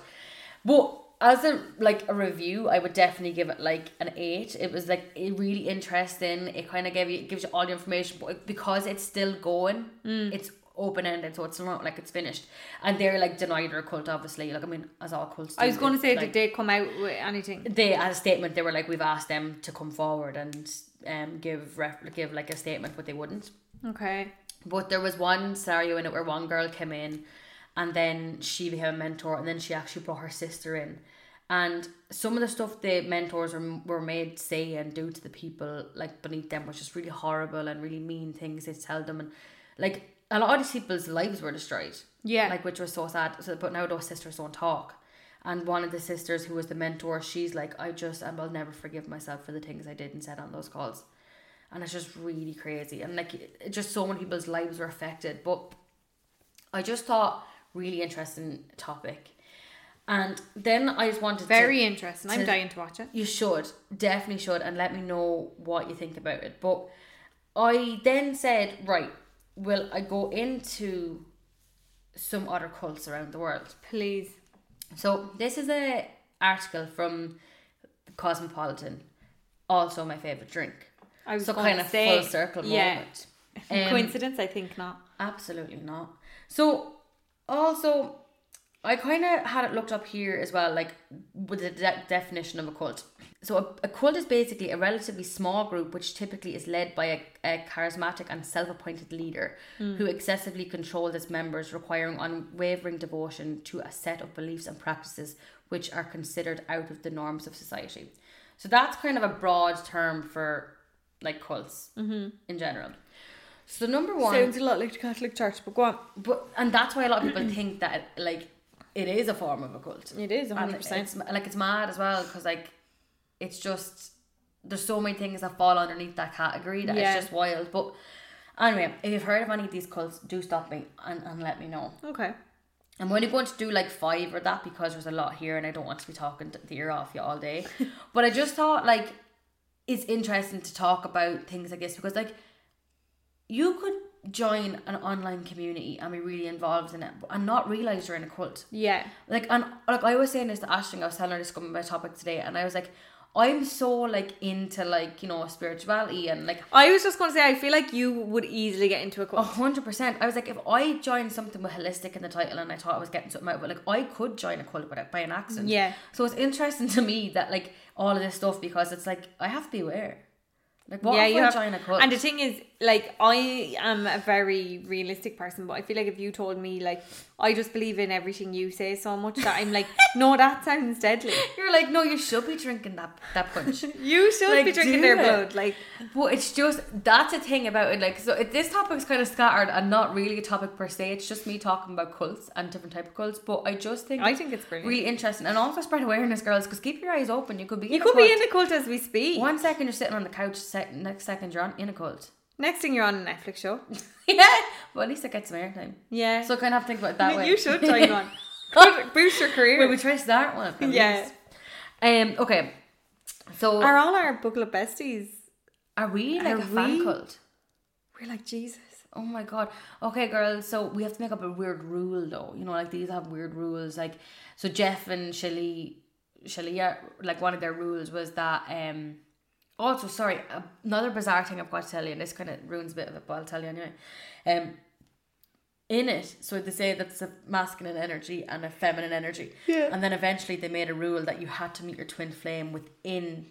But as a like a review, I would definitely give it like an eight. It was like it really interesting. It kind of gave you gives you all the information, but because it's still going,
Mm.
it's open ended, so it's not like it's finished. And they're like denied their cult, obviously. Like I mean, as all cults.
I was
do,
going to say,
like,
did they come out with anything?
they had a statement. They were like, we've asked them to come forward and um give ref- give like a statement, but they wouldn't.
Okay.
But there was one scenario in it where one girl came in and then she became a mentor and then she actually brought her sister in. And some of the stuff the mentors were, were made say and do to the people like beneath them was just really horrible and really mean things they tell them. And like a lot of these people's lives were destroyed.
Yeah.
Like which was so sad. So, but now those sisters don't talk. And one of the sisters who was the mentor, she's like, I just and I'll never forgive myself for the things I did and said on those calls. And it's just really crazy. And like it- just so many people's lives were affected. But I just thought really interesting topic. And then I just wanted to
Very interesting. I'm
to-
dying to watch it.
you should definitely should, and let me know what you think about it. But I then said, right, will I go into some other cults around the world?
Please.
So this is a article from Cosmopolitan, also my favorite drink.
I was
So
going
kind
to
of
say,
full circle
yeah.
moment. Um,
[laughs] Coincidence? I think not.
Absolutely not. So, also, I kind of had it looked up here as well, like with the de- definition of a cult. So, a, a cult is basically a relatively small group which typically is led by a, a charismatic and self appointed leader who excessively controls its members, requiring unwavering devotion to a set of beliefs and practices which are considered out of the norms of society. So, that's kind of a broad term for like cults in general. So, number one.
Sounds a lot like the Catholic Church, but go on.
But and that's why a lot of people think that like it is a form of a cult.
It is
And It's like it's mad as well because like it's just there's so many things that fall underneath that category that
Yeah.
it's just wild. But anyway, if you've heard of any of these cults, do stop me and, and let me know.
Okay.
I'm only going to do like five or that because there's a lot here and I don't want to be talking the ear off you all day. but I just thought like it's interesting to talk about things like this because like you could join an online community and be really involved in it and not realize you're in a cult.
Yeah.
Like and like I was saying this to Ashton, I was telling her this about my topic today, and I was like, I'm so like into like you know spirituality and like
I was just going to say, I feel like you would easily get into a
a
cult.
hundred percent. I was like, if I joined something with holistic in the title, and I thought I was getting something out, but like I could join a cult with it by an accident.
Oh, Yeah.
So it's interesting [laughs] to me that like all of this stuff because it's like I have to be aware. Like what
yeah,
if
you
I
have.
join a cult?
And the thing is, like, I am a very realistic person, but I feel like if you told me, like, I just believe in everything you say so much that I'm like, [laughs] no, that sounds deadly.
you're like, no, you should be drinking that that
[laughs]
punch.
You should
Like,
be
do
drinking their
it.
blood. Like,
Well, it's just that's a thing about it. Like, so it, this topic's kind of scattered and not really a topic per se. It's just me talking about cults and different type of cults. But I just think
I think it's brilliant.
really interesting and also spread awareness, girls. Because keep your eyes open. You could be
you
a
could be
cult.
in a cult as we speak.
One second you're sitting on the couch, sec- next second you're on in a cult. [laughs]
Next thing you're on a Netflix show.
yeah, but at least it gets some airtime.
Yeah.
So I kind of have to think about it that
[laughs] you,
way.
you
[laughs]
should join one. Could boost your career.
Well, we try to start one. at
Yeah.
least. Um. Okay. So
Are
are,
all our book club besties?
we like
are
a fan
we-
cult?
We're like Jesus.
Oh my god. Okay, girls. So we have to make up a weird rule, though. You know, like these have weird rules. Like, so Jeff and Shelly, Shelly, are- like one of their rules was that. um Also, sorry, another bizarre thing I've got to tell you, and this kind of ruins a bit of it, but I'll tell you anyway. Um, in it, so they say that's a masculine energy and a feminine energy.
Yeah.
And then eventually they made a rule that you had to meet your twin flame within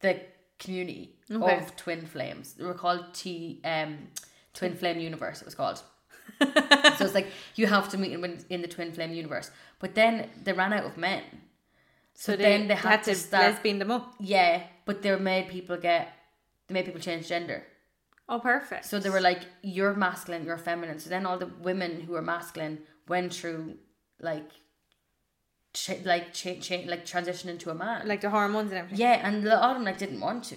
the community
Okay.
of twin flames. They were called T um Twin Flame Universe, it was called. so it's like you have to meet him in, in the twin flame universe. But then they ran out of men. So, then they had, to start.
lesbian them up.
Yeah, but they made people get. They made people change gender.
Oh, perfect.
So they were like, "You're masculine, you're feminine." So then all the women who were masculine went through like, ch- like change, cha- like transition into a man.
like the hormones and everything.
yeah, and a lot of them like didn't want to,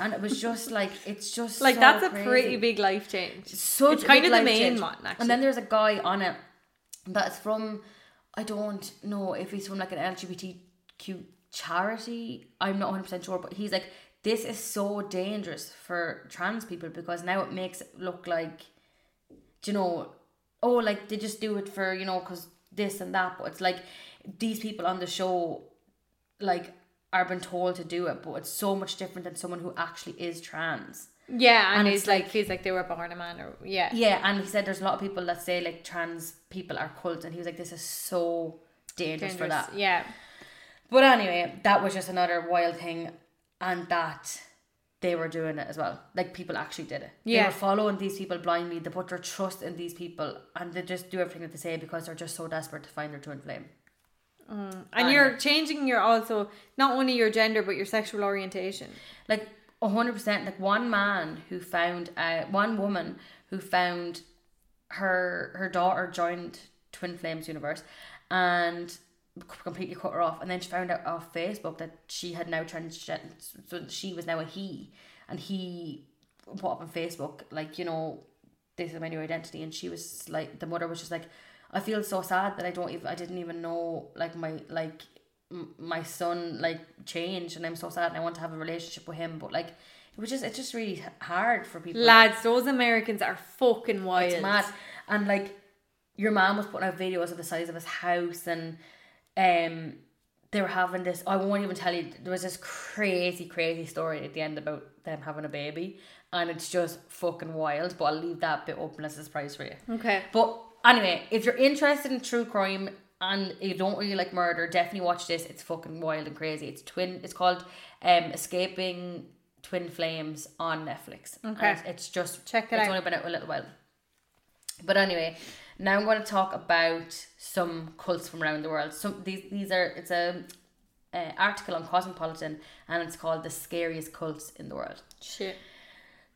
and it was just like it's just
Like
so
that's a
crazy.
pretty big life change.
such
It's
a
kind
big
of the
life
main
change.
one, actually.
And then there's a guy on it that's from I don't know if he's from like an LGBTQ charity. I'm not 100 percent sure, but he's like this is so dangerous for trans people because now it makes it look like do you know oh like they just do it for you know because this and that but it's like these people on the show like are been told to do it but it's so much different than someone who actually is trans
Yeah, and,
And
it's
it's
like feels like they were born a man or yeah.
yeah, and he said there's a lot of people that say like trans people are cults, and he was like, this is so dangerous, for
Dangerous.
that.
Yeah.
But anyway, that was just another wild thing, and that they were doing it as well. Like people actually did it. They
Yeah.
were following these people blindly. They put their trust in these people, and they just do everything that they say because they're just so desperate to find their twin flame.
And you're changing your also not only your gender but your sexual orientation.
like a hundred percent like one man who found uh one woman who found her her daughter joined twin flames universe and c- completely cut her off and then she found out off facebook that she had now transgen so she was now a he and he put up on facebook like you know this is my new identity and she was like the mother was just like i feel so sad that i don't even i didn't even know like my like m- my son like changed and i'm so sad and i want to have a relationship with him but like it was just it's just really h- hard for people
Lads, those Americans are fucking wild.
it's mad and like your mom was putting out videos of the size of his house and um they were having this i won't even tell you there was this crazy crazy story at the end about them having a baby and it's just fucking wild but i'll leave that bit open as a surprise for you
Okay.
but anyway, if you're interested in true crime and you don't really like murder, definitely watch this. It's fucking wild and crazy. It's twin. It's called um, Escaping Twin Flames on Netflix.
Okay.
And it's just
Check it
It's
out.
only been out a little while. But anyway, now I'm going to talk about some cults from around the world. Some these these are it's a. Uh, article on Cosmopolitan and it's called the scariest cults in the world.
Shit.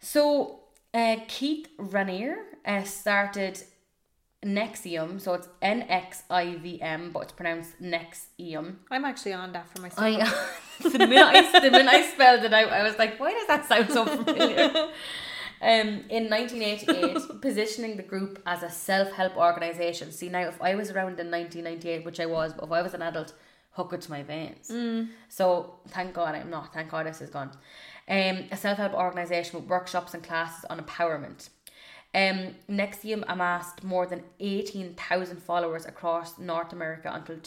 So uh, Keith Ranier uh, started Nexium, so it's N X I V M, but it's pronounced Nexium.
I'm actually on that for myself.
I [laughs] the minute I, the minute I spelled it out, I was like, why does that sound so familiar? Um, in 1988, positioning the group as a self-help organization. See now, if I was around in 1998, which I was, but if I was an adult, hook it to my veins. So thank God I'm not. Thank God this is gone. Um, a self-help organization with workshops and classes on empowerment. Um, Nexium amassed more than 18,000 followers across North America until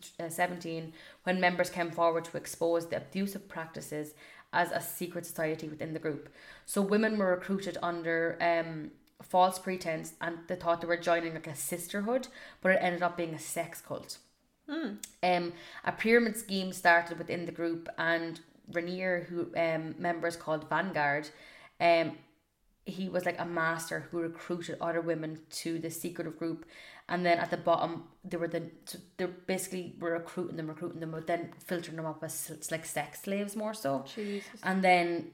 2017 when members came forward to expose the abusive practices as a secret society within the group. So women were recruited under um, false pretense and they thought they were joining like a sisterhood, but it ended up being a sex cult. Um, a pyramid scheme started within the group, and Rainier, who um, members called Vanguard, um, he was like a master who recruited other women to the secretive group, and then at the bottom they were the so they basically were recruiting them, recruiting them, but then filtering them up as s- like sex slaves more so,
Jesus.
and then.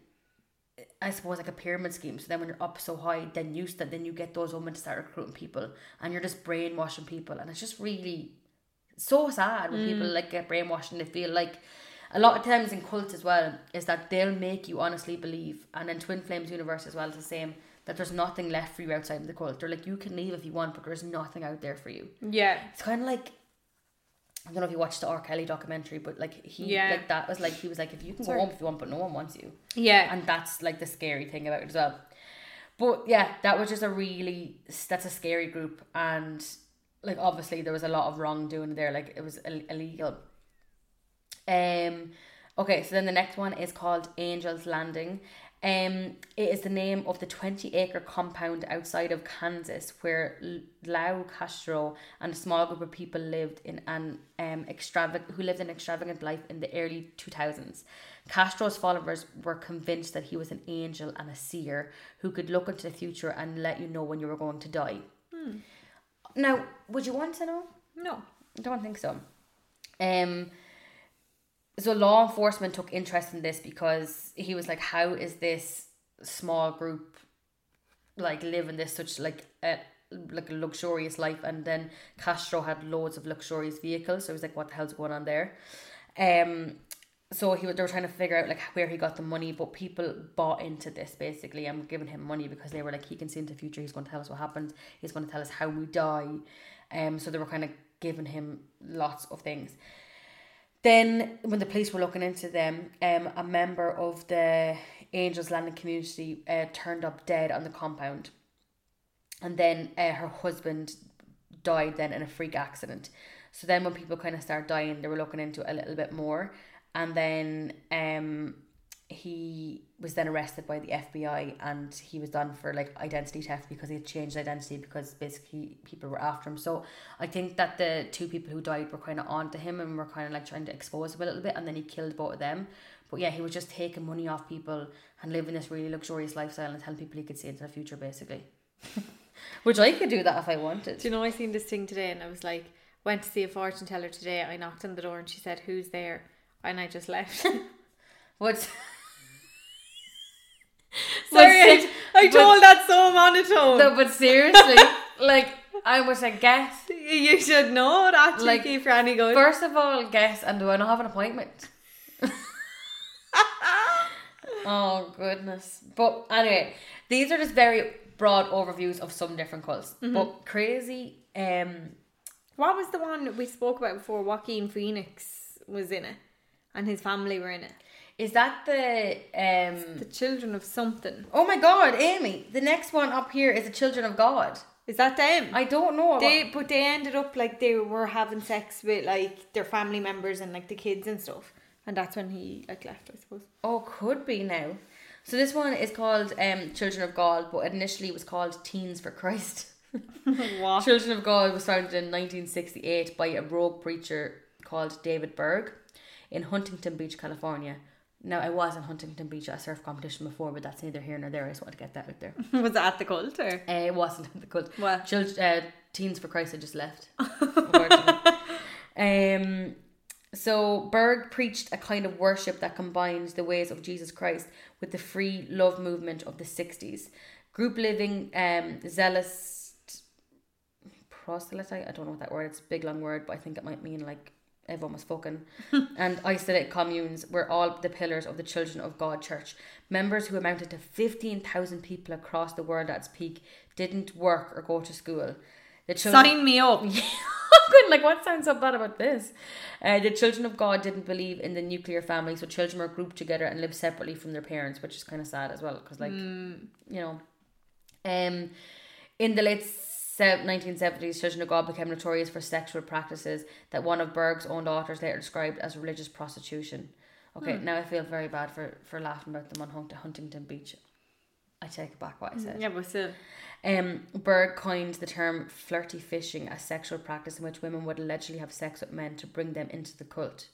I suppose like a pyramid scheme. So then, when you're up so high, then you st- then you get those women to start recruiting people, and you're just brainwashing people, and it's just really so sad when people
Mm.
like get brainwashed and they feel like a lot of times in cults as well is that they'll make you honestly believe and in twin flames universe as well it's the same that there's nothing left for you outside of the cult they're like you can leave if you want but there's nothing out there for you
Yeah.
it's kind of like I don't know if you watched the R. Kelly documentary, but like he,
Yeah.
like that was like he was like, if you can go
Sorry.
home if you want, but no one wants you
Yeah.
and that's like the scary thing about it as well. But yeah, that was just a really that's a scary group, and like obviously there was a lot of wrongdoing there, like it was Ill- illegal. Um, okay, so then the next one is called Angels Landing. Um, it is the name of the 20 acre compound outside of Kansas where L- Lau Castro and a small group of people lived in an um, extravagant who lived an extravagant life in the early 2000s. Castro's followers were convinced that he was an angel and a seer who could look into the future and let you know when you were going to die. Now, would you want to know?
No.
I don't think so. Um, so law enforcement took interest in this because he was like, how is this small group like living this such like a like a luxurious life? And then Castro had loads of luxurious vehicles, so it was like, what the hell's going on there? Um, so he was- they were trying to figure out like where he got the money, but people bought into this basically and were giving him money because they were like, he can see into the future. He's going to tell us what happens. He's going to tell us how we die. Um, so they were kind of giving him lots of things. Then, when the police were looking into them, um, a member of the Angels Landing community uh, turned up dead on the compound, and then uh, her husband died then in a freak accident. So then, when people kind of start dying, they were looking into it a little bit more, and then um, he was then arrested by the FBI, and he was done for like identity theft because he had changed identity because basically people were after him. So I think that the two people who died were kind of onto him and were kind of like trying to expose him a little bit, and then he killed both of them. But yeah, he was just taking money off people and living this really luxurious lifestyle and telling people he could see into the future, basically. [laughs] Which I could do that if I wanted.
Do you know I seen this thing today and I was like, went to see a fortune teller today. I knocked on the door and she said, Who's there? And I just
[laughs]
left. [laughs]
What?
Sorry, I, I
but-
told that so monotone.
No, but seriously,
[laughs]
like I was a guess.
you should know that,
Like,
Cheeky Franny goes.
First of all, guess, and do I not have
[laughs]
an appointment? oh goodness! But anyway, these are just very broad overviews of some different cults.
Mm-hmm.
But crazy, um,
What was the one we spoke about before? Joaquin Phoenix was in it, and his family were in it.
is that the um?
The children of something.
Oh my God, Amy! The next one up here is the Children of God.
Is that them?
I don't know.
they but they ended up like they were having sex with like their family members and like the kids and stuff, and that's when he like left, I suppose.
Oh, could be now. So this one is called um, Children of God, but initially it was called Teens for Christ.
[laughs] What?
Children of God was founded in 1968 by a rogue preacher called David Berg in Huntington Beach, California. Now, I was in Huntington Beach at a surf competition before, but that's neither here nor there. I just want to get that out there.
[laughs] was that the cult or?
Uh, it wasn't [laughs] the cult.
Well.
Children, uh, Teens for Christ had just left. unfortunately. um, so Berg preached a kind of worship that combined the ways of Jesus Christ with the free love movement of the 60s. Group living, um, zealous proselyte, I don't know what that word, it's a big long word, but I think it might mean like everyone was fucking, and isolate communes were all the pillars of the Children of God Church. Members who amounted to 15,000 people across the world at its peak didn't work or go to school. The children-
Sign me up.
Good, like what sounds so bad about this? Uh, the children of God didn't believe in the nuclear family, so children were grouped together and lived separately from their parents, which is kind of sad as well, because like you know, um, in the late nineteen seventies, children of God became notorious for sexual practices that one of Berg's own daughters later described as religious prostitution. Okay, now I feel very bad for for laughing about them on Hunt- Huntington Beach. I take it back what I said.
Yeah, but still.
Um, Berg coined the term flirty fishing, a sexual practice in which women would allegedly have sex with men to bring them into the cult.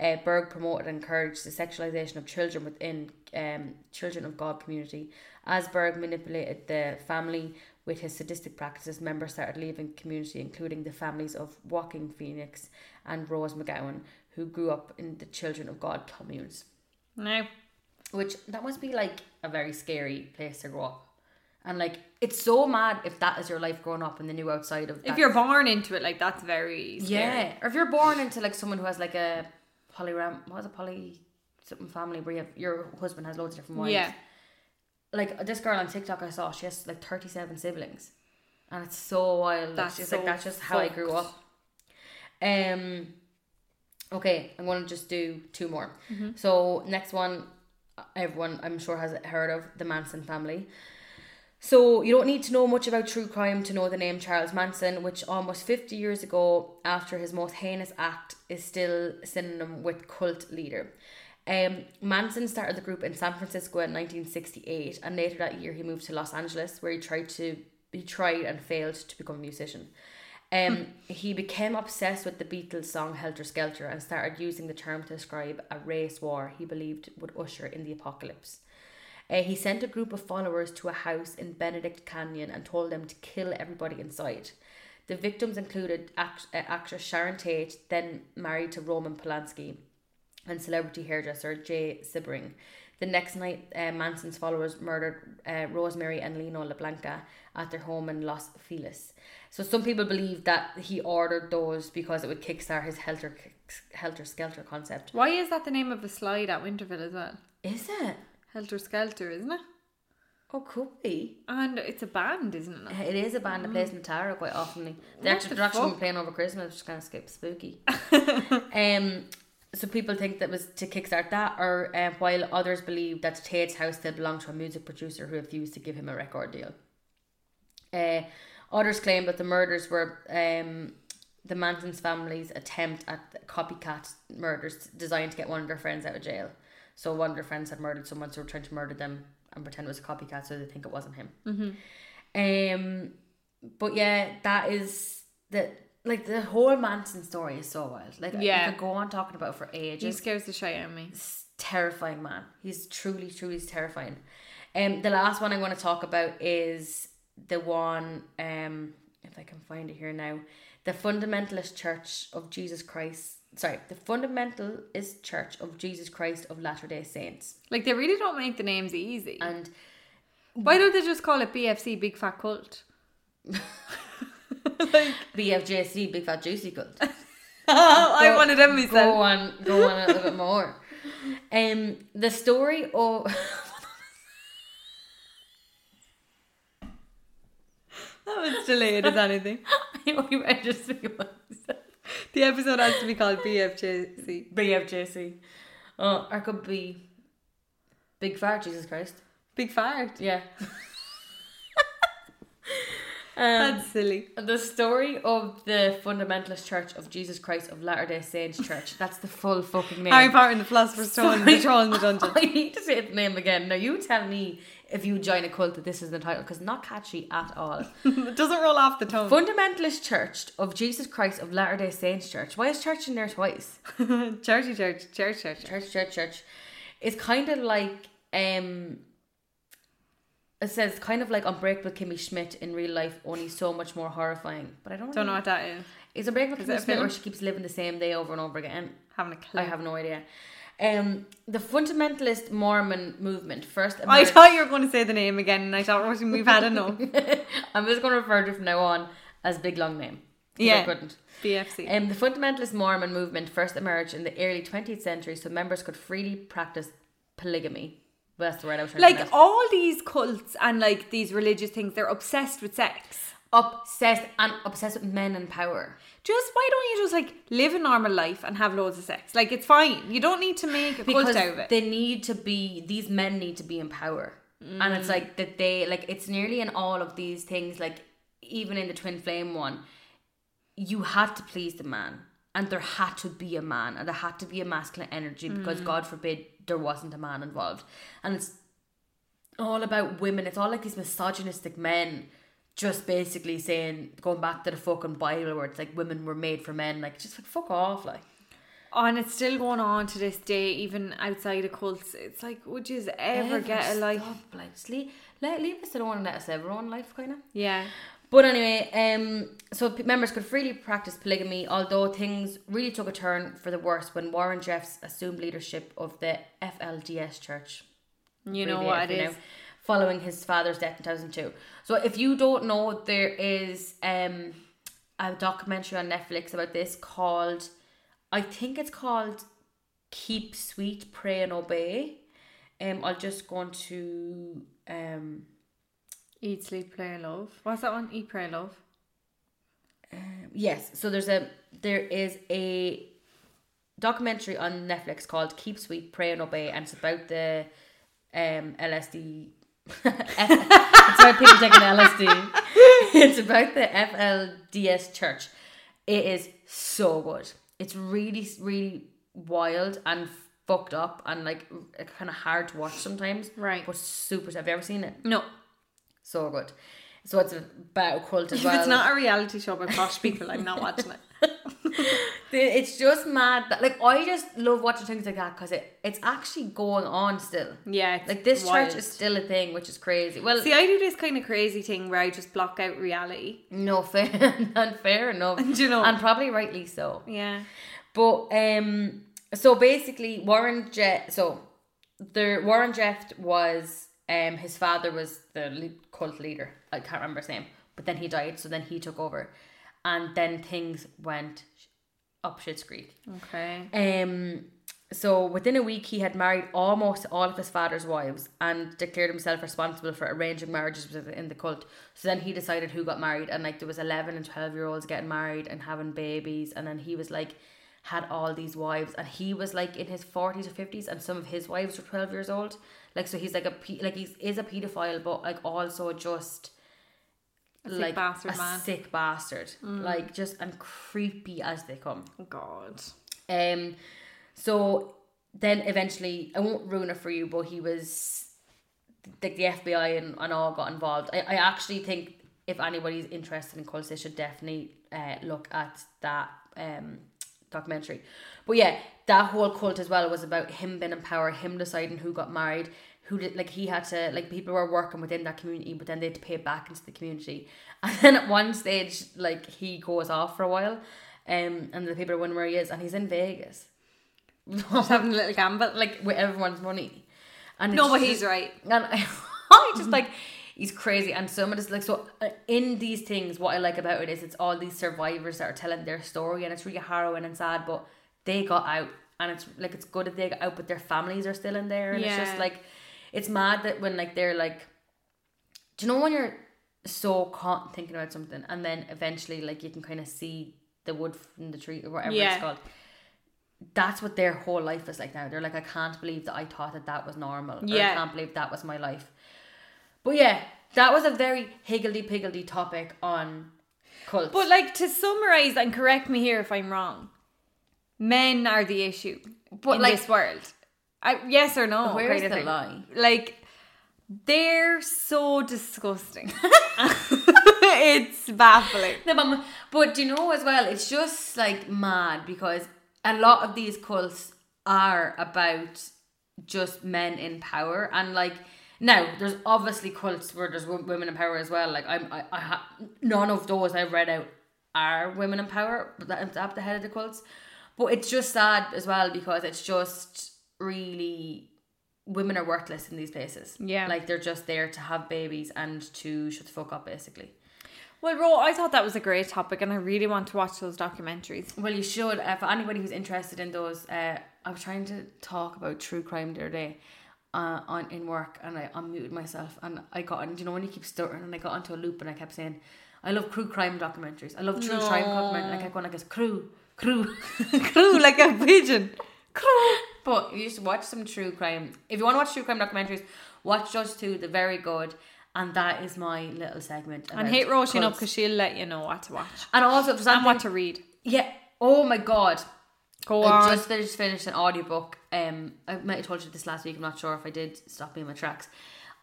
Uh, Berg promoted and encouraged the sexualization of children within um, Children of God community. As Berg manipulated the family with his sadistic practices, members started leaving the community, including the families of Walking Phoenix and Rose McGowan, who grew up in the Children of God communes.
No.
Which that must be like a very scary place to grow up. And like it's so mad if that is your life growing up and then you outside of
If
that-
you're born into it, like that's very scary.
Yeah. Or if you're born into like someone who has like a polyram what is a poly something family where you have, your husband has loads of different wives.
Yeah.
Like this girl on TikTok I saw, she has like thirty seven siblings. And it's so wild. Like,
That's
she's
so
like that's just how I grew
fucked.
up. Um Okay, I'm gonna just do two more.
Mm-hmm.
So next one, everyone I'm sure has heard of the Manson family. So you don't need to know much about true crime to know the name Charles Manson, which almost 50 years ago, after his most heinous act, is still synonym with cult leader. Um, Manson started the group in San Francisco in 1968, and later that year he moved to Los Angeles, where he tried to he tried and failed to become a musician. Um, he became obsessed with the Beatles song Helter Skelter and started using the term to describe a race war he believed would usher in the apocalypse. Uh, he sent a group of followers to a house in Benedict Canyon and told them to kill everybody inside. The victims included act- uh, actress Sharon Tate, then married to Roman Polanski, and celebrity hairdresser Jay Sibring. The next night, uh, Manson's followers murdered uh, Rosemary and Lino LaBlanca at their home in Los Feliz. So some people believe that he ordered those because it would kickstart his helter helter skelter concept.
Why is that the name of a slide at Winterville as well?
Is it?
Helter Skelter, isn't it?
Oh, could be.
And it's a band, isn't it?
It is a band that plays Natara quite often. They're
Mm. What
actually,
the
they're actually
fuck?
playing over Christmas, which is kind of skip
[laughs]
spooky. um, so people think that was to kickstart that, or um, while others believe that Tate's house still belonged to a music producer who refused to give him a record deal. Uh, others claim that the murders were um, the Manson's family's attempt at copycat murders designed to get one of their friends out of jail. So one of their friends had murdered someone, so they were trying to murder them and pretend it was a copycat, so they think it wasn't him. Um, but yeah, that is the like the whole Manson story is so wild. Like yeah,
Yeah.
you could go on talking about it for
He
ages.
scares the shit out of me.
He's terrifying man. He's truly, truly terrifying. Um, the last one I want to talk about is the one um, if I can find it here now, the Fundamentalist Church of Jesus Christ. Sorry, the Fundamentalist Church of Jesus Christ of Latter Day Saints,
Like they really don't make the names easy.
and
Why don't they just call it BFC Big Fat Cult?
BFJC, Big Fat Juicy Cult.
Oh, [laughs] I wanted them
go on, go on a little bit more. Um, the story of [laughs]
That was delayed as anything.
I just think about
The episode has to be called BFJC.
BFJC, oh, or it could be Big Fire, Jesus Christ,
Big fart.
yeah. [laughs]
That's silly.
Um, The story of the Fundamentalist Church of Jesus Christ of Latter Day Saints Church. That's the full fucking name.
Harry Potter and the Philosopher's Stone, the troll in the dungeon.
[laughs] I need to say the name again. Now you tell me if you join a cult that this is the title because not catchy at all.
It doesn't roll off the tongue.
Fundamentalist Church of Jesus Christ of Latter Day Saints Church. Why is church in there twice?
Charity church, church, church.
Church, church, church. It's kind of like um. It says kind of like Unbreakable Kimmy Schmidt in real life, only so much more horrifying. But I don't,
Don't know
really-
what that is.
Is Unbreakable
Is it
Kimmy
a
Schmidt where
film?
she keeps living the same day over and over again?
Having a clue.
I have no idea. Um, the fundamentalist Mormon movement first.
I
emerged-
thought you were going to say the name again, and I thought Roisin, we've had [laughs] enough.
I'm just going to refer to it from now on as Big Long Name. 'cause I
Yeah.
couldn't.
BFC.
Um, the fundamentalist Mormon movement first emerged in the early 20th century, so members could freely practice polygamy. Well, that's the word I was trying to
like
pronounce.
all these cults and like these religious things, they're obsessed with sex.
obsessed and obsessed with men and power.
Just why don't you just like live a normal life and have loads of sex? Like it's fine. You don't need to make a
Because
cult out of it.
they need to be these men need to be in power, and it's like that they like it's nearly in all of these things. Like even in the twin flame one, you had to please the man, and there had to be a man, and there had to be a masculine energy because God forbid there wasn't a man involved, and it's all about women. It's all like these misogynistic men just basically saying going back to the fucking Bible where it's like women were made for men. Like just like fuck off, like.
Oh, and it's still going on to this day, even outside of cults. It's like, would you ever get a life?
Stop, like, just leave, let, leave us alone and let us have our own life, kind of.
Yeah.
But anyway, um, so p- members could freely practice polygamy, although things really took a turn for the worse when Warren Jeffs assumed leadership of the FLDS Church.
You know
abbreviate
what it
for now,
is.
Following his father's death in 2002. So if you don't know, there is um, a documentary on Netflix about this called, I think it's called Keep Sweet, Pray and Obey. Um, I'll just go on to um,
Eat, sleep, play, and love. What's that one? Eat, pray, love.
yes so there's a there is a documentary on netflix called keep sweet pray and obey and it's about the um [laughs] lsd it's about people taking lsd [laughs] it's about the flds church it is so good it's really really wild and fucked up and like kind of hard to watch sometimes.
Right.
But super. Have you ever seen it?
No.
So good. So it's about occult as
[laughs] If
well.
it's not a reality show about posh people, I'm not watching it.
The- It's just mad that like I just love watching things like that because it it's actually going on still.
[laughs] Yeah. it's
Like this
wild.
church is still a thing, which is crazy. Well,
See, I do this kind of crazy thing where I just block out reality.
no [laughs] fair, and fair enough,
Do you know?
and probably rightly so.
Yeah.
But um, so basically, Warren Jeff. So the Warren Jeff was um his father was the le- cult leader. I can't remember his name, but then he died, so then he took over, and then things went sh- up shit's creek.
Okay.
Um, so within a week, he had married almost all of his father's wives and declared himself responsible for arranging marriages within the cult. So then he decided who got married, and like there was eleven and twelve year olds getting married and having babies, and then he was like had all these wives, and he was like in his forties or fifties, and some of his wives were twelve years old. Like so, he's like a pe- like he's is a pedophile, but like also just
sick bastard
a
man. Mm.
sick bastard, like just and creepy as they come.
God.
Um, so then eventually, I won't ruin it for you, but he was like the FBI and, and all got involved. I, I actually think if anybody's interested in cults, they should definitely uh, look at that um documentary. But yeah, that whole cult as well was about him being in power, him deciding who got married, who did like he had to like people were working within that community, but then they had to pay back into the community. [laughs] And then at one stage, like he goes off for a while, um, and the people are wondering where he is, and he's in Vegas,
[laughs] Just having a little gamble.
like with everyone's money. And
No,
it's
but
just-
he's right.
and [laughs] I, I just like he's crazy and some of this like so uh, in these things what I like about it is it's all these survivors that are telling their story and it's really harrowing and sad but they got out and it's like it's good that they got out but their families are still in there and it's just
Yeah.
like it's mad that when like they're like do you know when you're so caught thinking about something and then eventually like you can kind of see the wood from the tree or whatever
Yeah.
it's called that's what their whole life is like now they're like I can't believe that I thought that that was normal or I
Yeah.
can't believe that was my life but yeah, that was a very higgledy piggledy topic on cults.
But like to summarize and correct me here if I'm wrong, men are the issue in
like-
this world. I, yes or no?
Where's
kind of
the
thing.
lie?
Like they're so [laughs] disgusting. it's baffling.
[laughs] No, but, but do you know as well? It's just like mad because a lot of these cults are about just men in power and like now there's obviously cults where there's wo- women in power as well. Like I'm, I, I ha- none of those I've read out are women in power, but that- that's at the head of the cults. But it's just sad as well because it's just really women are worthless in these places.
Yeah.
like they're just there to have babies and to shut the fuck up, basically.
Well, Ro, I thought that was a great topic, and I really want to watch those documentaries.
Well, you should. Uh, for anybody who's interested in those, uh, I was trying to talk about true crime the other day uh, on in work, and I unmuted myself, and I got on. Do you know when you keep stuttering? And I got onto a loop, and I kept saying, "I love true crime documentaries. I love true crime documentaries." And I kept going like this, "Crew, crew, [laughs]
[laughs] Crew like a pigeon.
crew." But you should watch some true crime. If you want to watch true crime documentaries, watch those two. They're very good, and that is my little segment.
And
about
hate Roisin up
cults.
because she'll let you know what to watch
And also, if there's
and
anything,
what to read.
yeah. Oh my god.
Go
I
on.
just, I just finished an audiobook. Um, I might have told you this last week. I'm not sure if I did. Stop me in my tracks.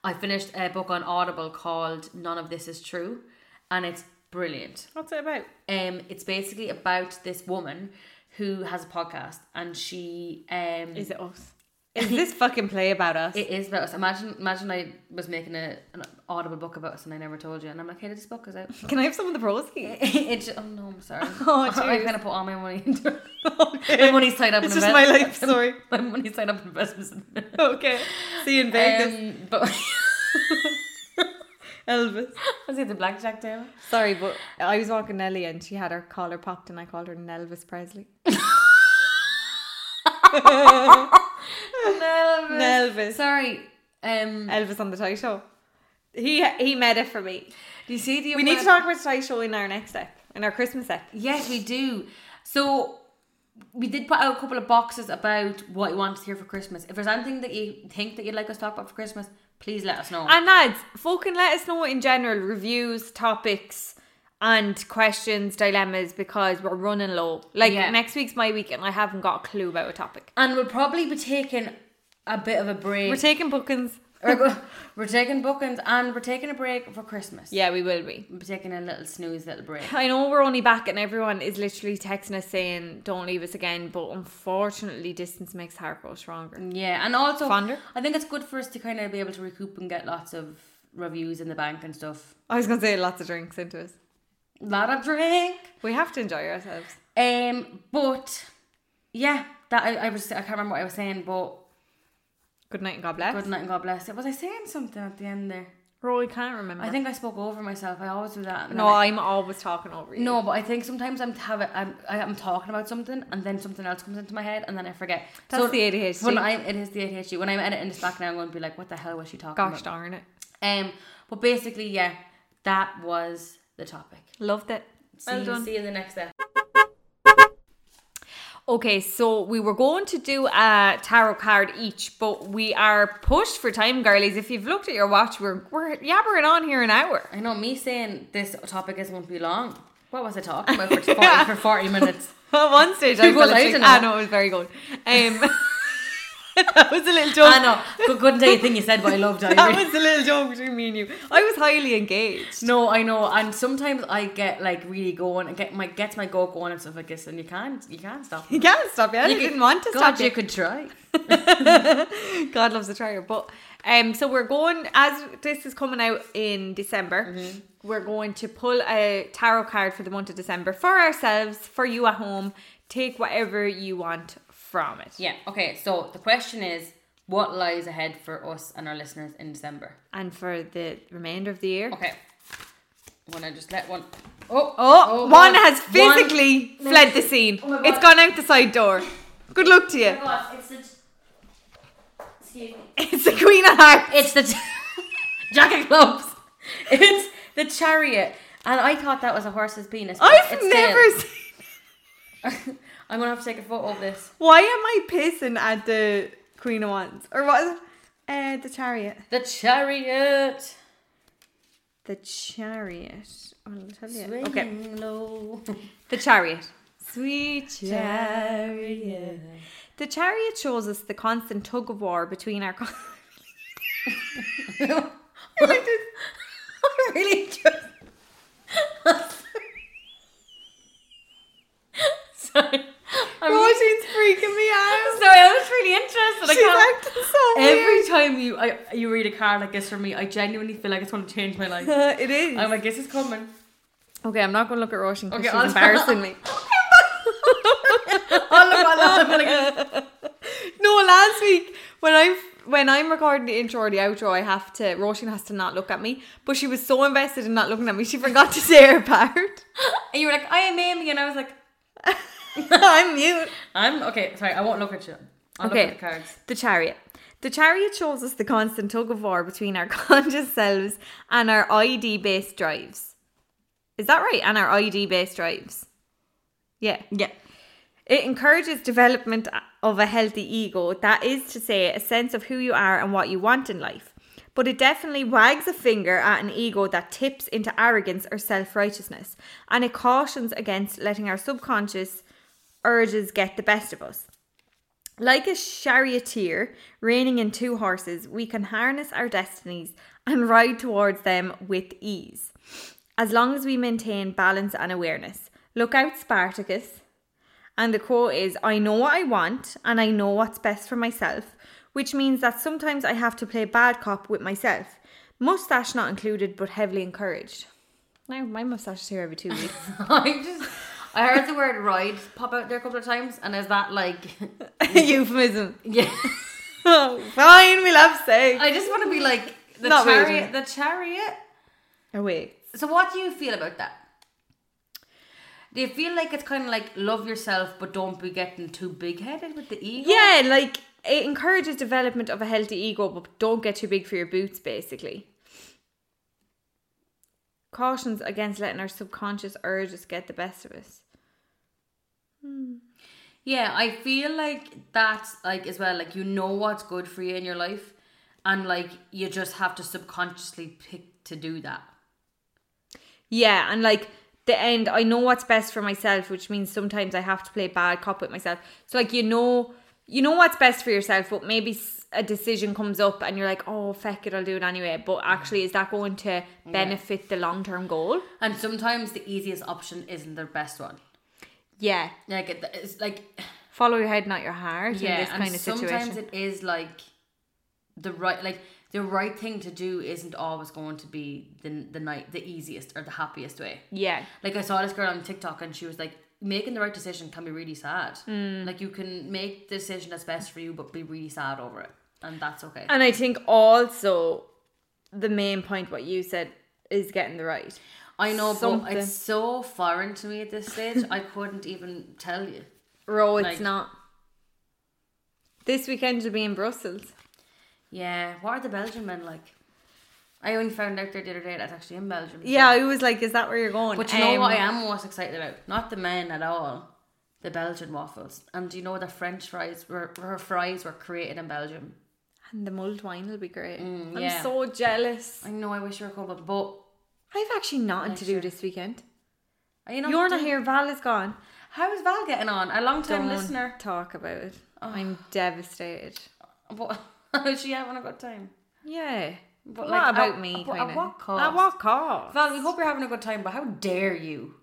I finished a book on Audible called None of This Is True, and it's brilliant.
What's it about?
Um, it's basically about this woman who has a podcast, and she um,
Is it us? Is this fucking play about us?
it is about us. Imagine, imagine I was making a, an Audible book about us, and I never told you, and I'm like, hey, this book
[laughs]
is out. [laughs]
Can I have some of the [laughs] broski?
it's oh no, I'm sorry.
[laughs] Oh,
I
cheers.
kind of put all my money [laughs] into it. my money's tied up.
It's
in
just my
invest-
life story.
[laughs] My money's tied up in investments.
Okay. See you in Vegas,
Um, but
Elvis.
was it the blackjack
[laughs]
table?
Sorry, but I was walking Nelly and she had her collar popped and I called her Nelvis [laughs] Presley.
No.
Nelvis.
Sorry. Um.
Elvis on the Toy Show. He he made it for me.
Do you see the?
We need to talk about the Toy Show in our next step, in our Christmas step.
Yes, we do. So we did put out a couple of boxes about what you want to hear for Christmas. If there's anything that you think that you'd like us to talk about for Christmas, please let us know.
And lads, fucking let us know in general reviews, topics, and questions, dilemmas because we're running low. Like
Yeah.
next week's my week and I haven't got a clue about a topic.
And we'll probably be taking a bit of a break.
We're taking bookings.
We're go- we're taking bookings and we're taking a break for Christmas.
Yeah, we will be.
We're taking a little snooze, little break.
I know we're only back and everyone is literally texting us saying don't leave us again, but unfortunately distance makes heart grow stronger.
Yeah, and also
Fonder?
I think it's good for us to kind of be able to recoup and get lots of reviews in the bank and stuff.
I was gonna say lots of drinks into us.
Lot of drink.
We have to enjoy ourselves.
Um, but yeah, that I, I was I can't remember what I was saying, but
Good night and God bless.
good night and God bless it. Was I saying something at the end there?
Roy can't remember.
I think I spoke over myself. I always do that. and
no,
then I,
I'm always talking over you.
no, but I think sometimes I'm have it. I'm I- I'm talking about something and then something else comes into my head and then I forget.
That's
so
the ADHD.
When I it is the ADHD. When I'm editing this back now, I'm going to be like, what the hell was she talking
Gosh
about?
darn it.
Um, but basically, yeah, that was the topic.
Loved it.
See, you- see you in the next step.
Okay, so we were going to do a tarot card each, but we are pushed for time, girlies. If you've looked at your watch, we're we're yabbering on here an hour. [laughs]
I know me saying this topic is won't be long. What was I talking about for [laughs] forty, for forty minutes?
At one stage, I
[laughs] It was
felt like,
out and
ah,
out.
no, it was very good. Um, [laughs] that was a little joke.
[laughs] I know, but couldn't tell you a thing you said, but I loved [laughs] it. I
That
really-
was a little joke between me and you. I was highly engaged. [laughs]
No, I know, and sometimes I get like really going and get my gets my go going and stuff like this, and you can't you can't stop.
You can't stop it. You
could-
didn't want to
God, [laughs]
stop
You
it.
could try.
God loves a trier. But um, so we're going as this is coming out in December.
Mm-hmm.
We're going to pull a tarot card for the month of December for ourselves, for you at home. Take whatever you want from it,
Yeah. Okay. So the question is, what lies ahead for us and our listeners in December?
and for the remainder of the year.
Okay. I'm gonna just let one oh
Oh, one
God.
has
One-
physically fled the scene.
Oh my God.
it's gone out the side
[laughs]
door. Good luck to you.
God, it's the. Excuse me.
It's the Queen of Hearts.
It's the [laughs] jacket gloves. [laughs] It's the chariot, and I thought that was a horse's penis. but
I've
it's
never
tail.
seen.
[laughs] I'm gonna have to take a photo of this.
Why am I pissing at the Queen of Wands or what? Is it? Uh, the Chariot.
The chariot.
The chariot. I'll tell you. Okay.
Swinging Low.
The chariot. Sweet
[laughs] Chariot. [laughs]
The chariot shows us the constant tug of war between our. [laughs] Con-
I really just. Sorry. I'm really-
Roisin's freaking me out.
Sorry, I was really interested. I
[laughs]
can't.
She's acting so
Every time you I, you read a card like this for me, I genuinely feel like it's going to change my
[laughs]
life.
weird. it is.
I'm like, this is coming. [laughs]
okay, I'm not going to look at Roisin because
Okay,
she's
I'll- [laughs]
embarrassing me.
I'll look, I'll look, I'll look.
[laughs] No, last week when I when I'm recording the intro or the outro, I have to. Roisin has to not look at me, but she was so invested in not looking at me, she forgot to say her [laughs] part.
And you were like, I am Amy, and I was like,
[laughs] I'm mute.
I'm okay. Sorry, I won't look at you. I'll
Okay.
look at the cards.
The chariot. The chariot shows us the constant tug of war between our [laughs] conscious selves and our ID based drives. Is that right? And our ID based drives. Yeah.
[laughs] Yeah.
It encourages development of a healthy ego, that is to say, a sense of who you are and what you want in life. But it definitely wags a finger at an ego that tips into arrogance or self righteousness, and it cautions against letting our subconscious urges get the best of us. Like a charioteer reining in two horses, we can harness our destinies and ride towards them with ease, as long as we maintain balance and awareness. Look out, Spartacus. And the quote is I know what I want and I know what's best for myself, which means that sometimes I have to play bad cop with myself. Mustache not included, but heavily encouraged. Now, my mustache is here every two weeks. [laughs]
I just, I heard the word ride pop out there a couple of times, and is that like, [laughs]
Euphemism. Oh,
yeah?
Fine, we'll have sex.
I just want to be like the
Not really.
chariot. The chariot.
Oh, wait.
So, what do you feel about that? Do you feel like it's kind of like love yourself, but don't be getting too big headed with the ego?
Yeah, like it encourages development of a healthy ego, but don't get too big for your boots, basically. Cautions against letting our subconscious urges get the best of us.
Yeah, I feel like that's like as well, like you know what's good for you in your life, and like you just have to subconsciously pick to do that.
Yeah, and like the end, I know what's best for myself, which means sometimes I have to play bad cop with myself. So like you know, you know what's best for yourself, but maybe s- a decision comes up and you're like, oh feck it, I'll do it anyway. But actually, is that going to benefit the long term goal?
And sometimes the easiest option isn't the best one.
Yeah,
Like it- it's like
follow your head, not your heart. in this kind of
sometimes
situation.
it is like the right like the right thing to do isn't always going to be the the night the easiest or the happiest way.
yeah,
Like I saw this girl on TikTok and she was like making the right decision can be really sad.
Mm.
Like you can make the decision that's best for you but be really sad over it. And that's okay.
and I think also the main point what you said is getting the right.
I know
something.
but it's so foreign to me at this stage. I couldn't even tell you.
Ro, it's
Like-
not. This weekend you'll be in Brussels.
Yeah, what are the Belgian men like? I only found out there the other day that's actually in Belgium.
Yeah, I was like, is that where you're going?
But you know
Um,
what I am most excited about? Not the men at all. The Belgian waffles. And do you know the French fries were, were fries were created in Belgium?
And the mulled wine will be great.
Mm, yeah.
I'm so jealous.
I know I wish you were coming, but
I've actually nothing to do
sure.
this weekend.
are you not
You're not
doing-
here. Val is gone.
How is Val getting on? A long time
Don't
listener. Oh.
talk about it. I'm devastated.
[laughs] But is she having a good time?
Yeah,
But
a
like,
lot about
at-
me.
but at
kinda.
what cost?
At what cost?
Val, we hope you're having a good time, but how dare you?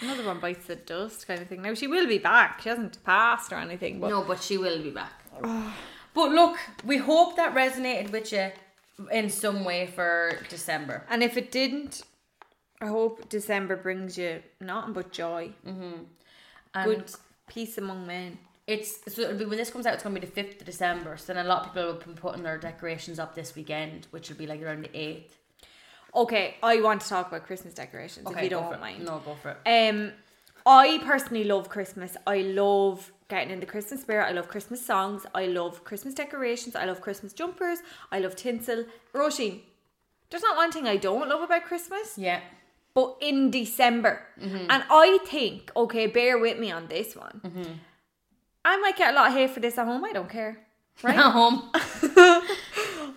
Another one bites the dust, kind of thing. Now she will be back. She hasn't passed or anything. But
No, but she will be back. but look, we hope that resonated with you in some way for December.
and if it didn't, I hope December brings you nothing but joy,
Mm. And
good peace among men.
It's so it'll be, when this comes out. It's gonna be the fifth of December. So then a lot of people will be putting their decorations up this weekend, which will be like around the eighth.
Okay, I want to talk about Christmas decorations if you
go
don't
for it.
mind.
No, go for it.
Um, I personally love Christmas. I love getting in the Christmas spirit. I love Christmas songs. I love Christmas decorations. I love Christmas jumpers. I love tinsel. Roisin, there's not one thing I don't love about Christmas,
Yeah,
but in December. And I think, okay, bear with me on this one. I might get a lot of hate for this at home. I don't care.
right at home.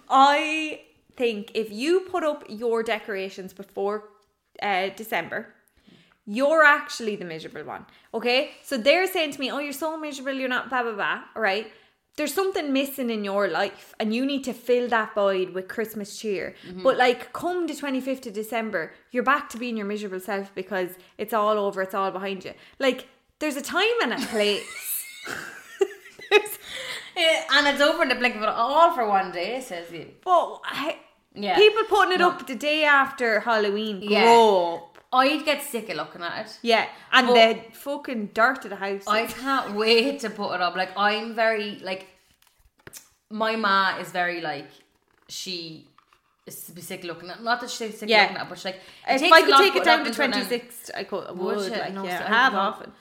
I think if you put up your decorations before uh, December, you're actually the miserable one. Okay? So they're saying to me, oh, you're so miserable, you're not blah, blah, blah. All right? There's something missing in your life, and you need to fill that void with Christmas cheer. But, like, come the 25th of December, you're back to being your miserable self because it's all over, it's all behind you. Like, there's a time and a place. There's-
[laughs] Yeah, and it's over in the blink of an all for one day. Says you.
But I,
Yeah.
people putting it up the day after Halloween.
Yeah.
Grow up.
I'd get sick of looking at it.
Yeah. And
But-
the fucking dirt of the house.
I can't wait to put it up. Like I'm very like my ma is very like she is sick looking at not that she's sick
Yeah.
looking at it, but she's like
if
takes
I
a
could
lot
take it
putting
down
up
to
into it and-
26th, I could. I would.
Would you?
like,
No,
yeah,
so
I
I
have
don't.
often.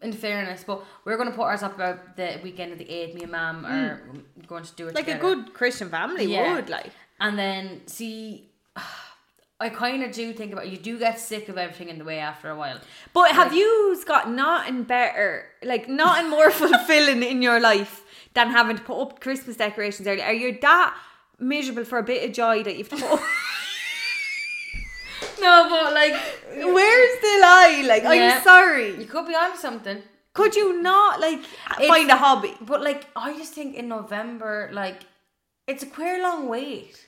In fairness, but we're gonna put ours up about the weekend of the eighth. Me and Mam are going to do it
Hmm. Like a
together.
good Christian family
Yeah.
would. Like,
And then see, [sighs] I kind of do think about you. Do get sick of everything in the way after a while.
But have you got nothing better, like nothing more [laughs] fulfilling in your life than having to put up Christmas decorations early? Are you that miserable for a bit of joy that you've
[laughs]
put up?
No, but like
Where's the lie? Like,
Yeah.
I'm sorry.
you could be onto something.
Could you not, like,
It's-
find a hobby?
But like I just think in November, like it's a queer long wait.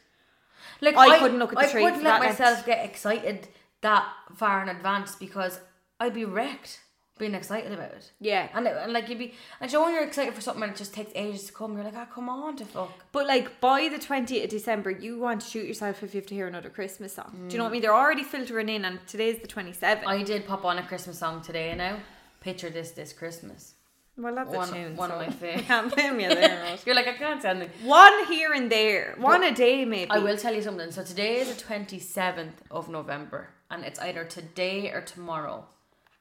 Like
I couldn't look at the
I
tree
couldn't
for
let
that next-
myself get excited that far in advance because I'd be wrecked being excited about it.
Yeah.
And, it, and like you'd be, and you know when you're excited for something and it just takes ages to come, you're like, ah, come on, to fuck.
But like by the 20th of December, you want to shoot yourself if you have to hear another Christmas song. Do you know what I mean? They're already filtering in, and today's the 27th.
Mm. I did pop on a Christmas song today. Now, picture this this Christmas.
well, that's
one-
a tune.
one of
so [laughs]
my fav-
I can't blame
[laughs]
you there. Ross.
You're like, I can't stand it.
one here and there, one a day maybe.
I will tell you something. So today is the 27th of November, and it's either today or tomorrow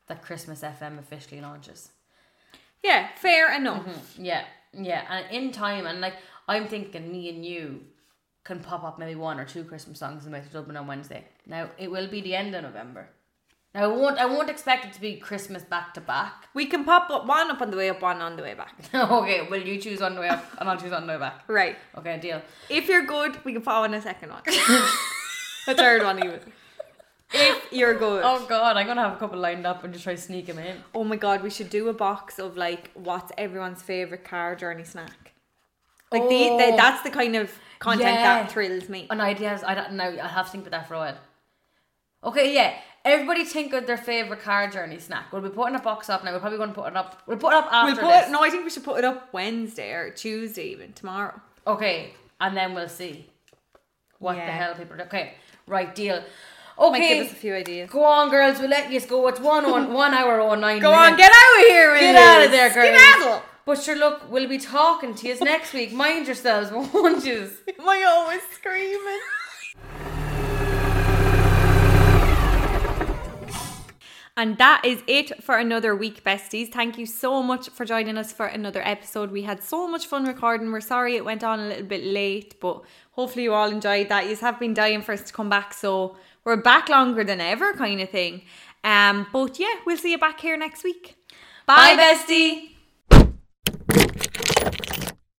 that Christmas FM officially launches.
Yeah, fair enough.
Yeah, yeah, and in time, and like I'm thinking, me and you can pop up maybe one or two Christmas songs in Metro Dublin on Wednesday. Now it will be the end of November. Now I won't, I won't expect it to be Christmas back to back. [laughs]
We can pop up one up on the way up, one on the way back.
okay, well you choose on the way up, and I'll choose on the way back.
Right.
Okay, deal. [laughs]
[laughs] If you're good, we can put on a second one. a third one even.
if you're good.
Oh god, I'm gonna have a couple lined up and just try to sneak them in.
Oh my god, we should do a box of like what's everyone's favorite car journey snack. Like the, the
Oh.
that's the kind of content
Yeah.
that thrills me.
An idea is I don't know. I have to think about that for a while. Okay, yeah. Everybody think of their favorite car journey snack. We'll be putting a box up now. We're probably going to put it up. We'll put it up
We'll
after
put
this.
it, no, I think we should put it up Wednesday or Tuesday even tomorrow.
Okay, and then we'll see what the
Yeah.
hell people. do. Okay, right deal.
Might give us a
Okay,
few ideas.
go on, girls. We'll let you go. It's one
[laughs]
on one hour on nine.
Go on, get out of here!
Get out of there, girls.
Get out!
But sure, look, we'll be talking to you next week. Mind yourselves, [laughs] won't you?
[laughs] My always screaming.
And that is it for another week, besties. Thank you so much for joining us for another episode. We had so much fun recording. We're sorry it went on a little bit late, but hopefully you all enjoyed that. You have been dying for us to come back, so we're back longer than ever, kind of thing. Um, but yeah, we'll see you back here next week.
Bye, bestie.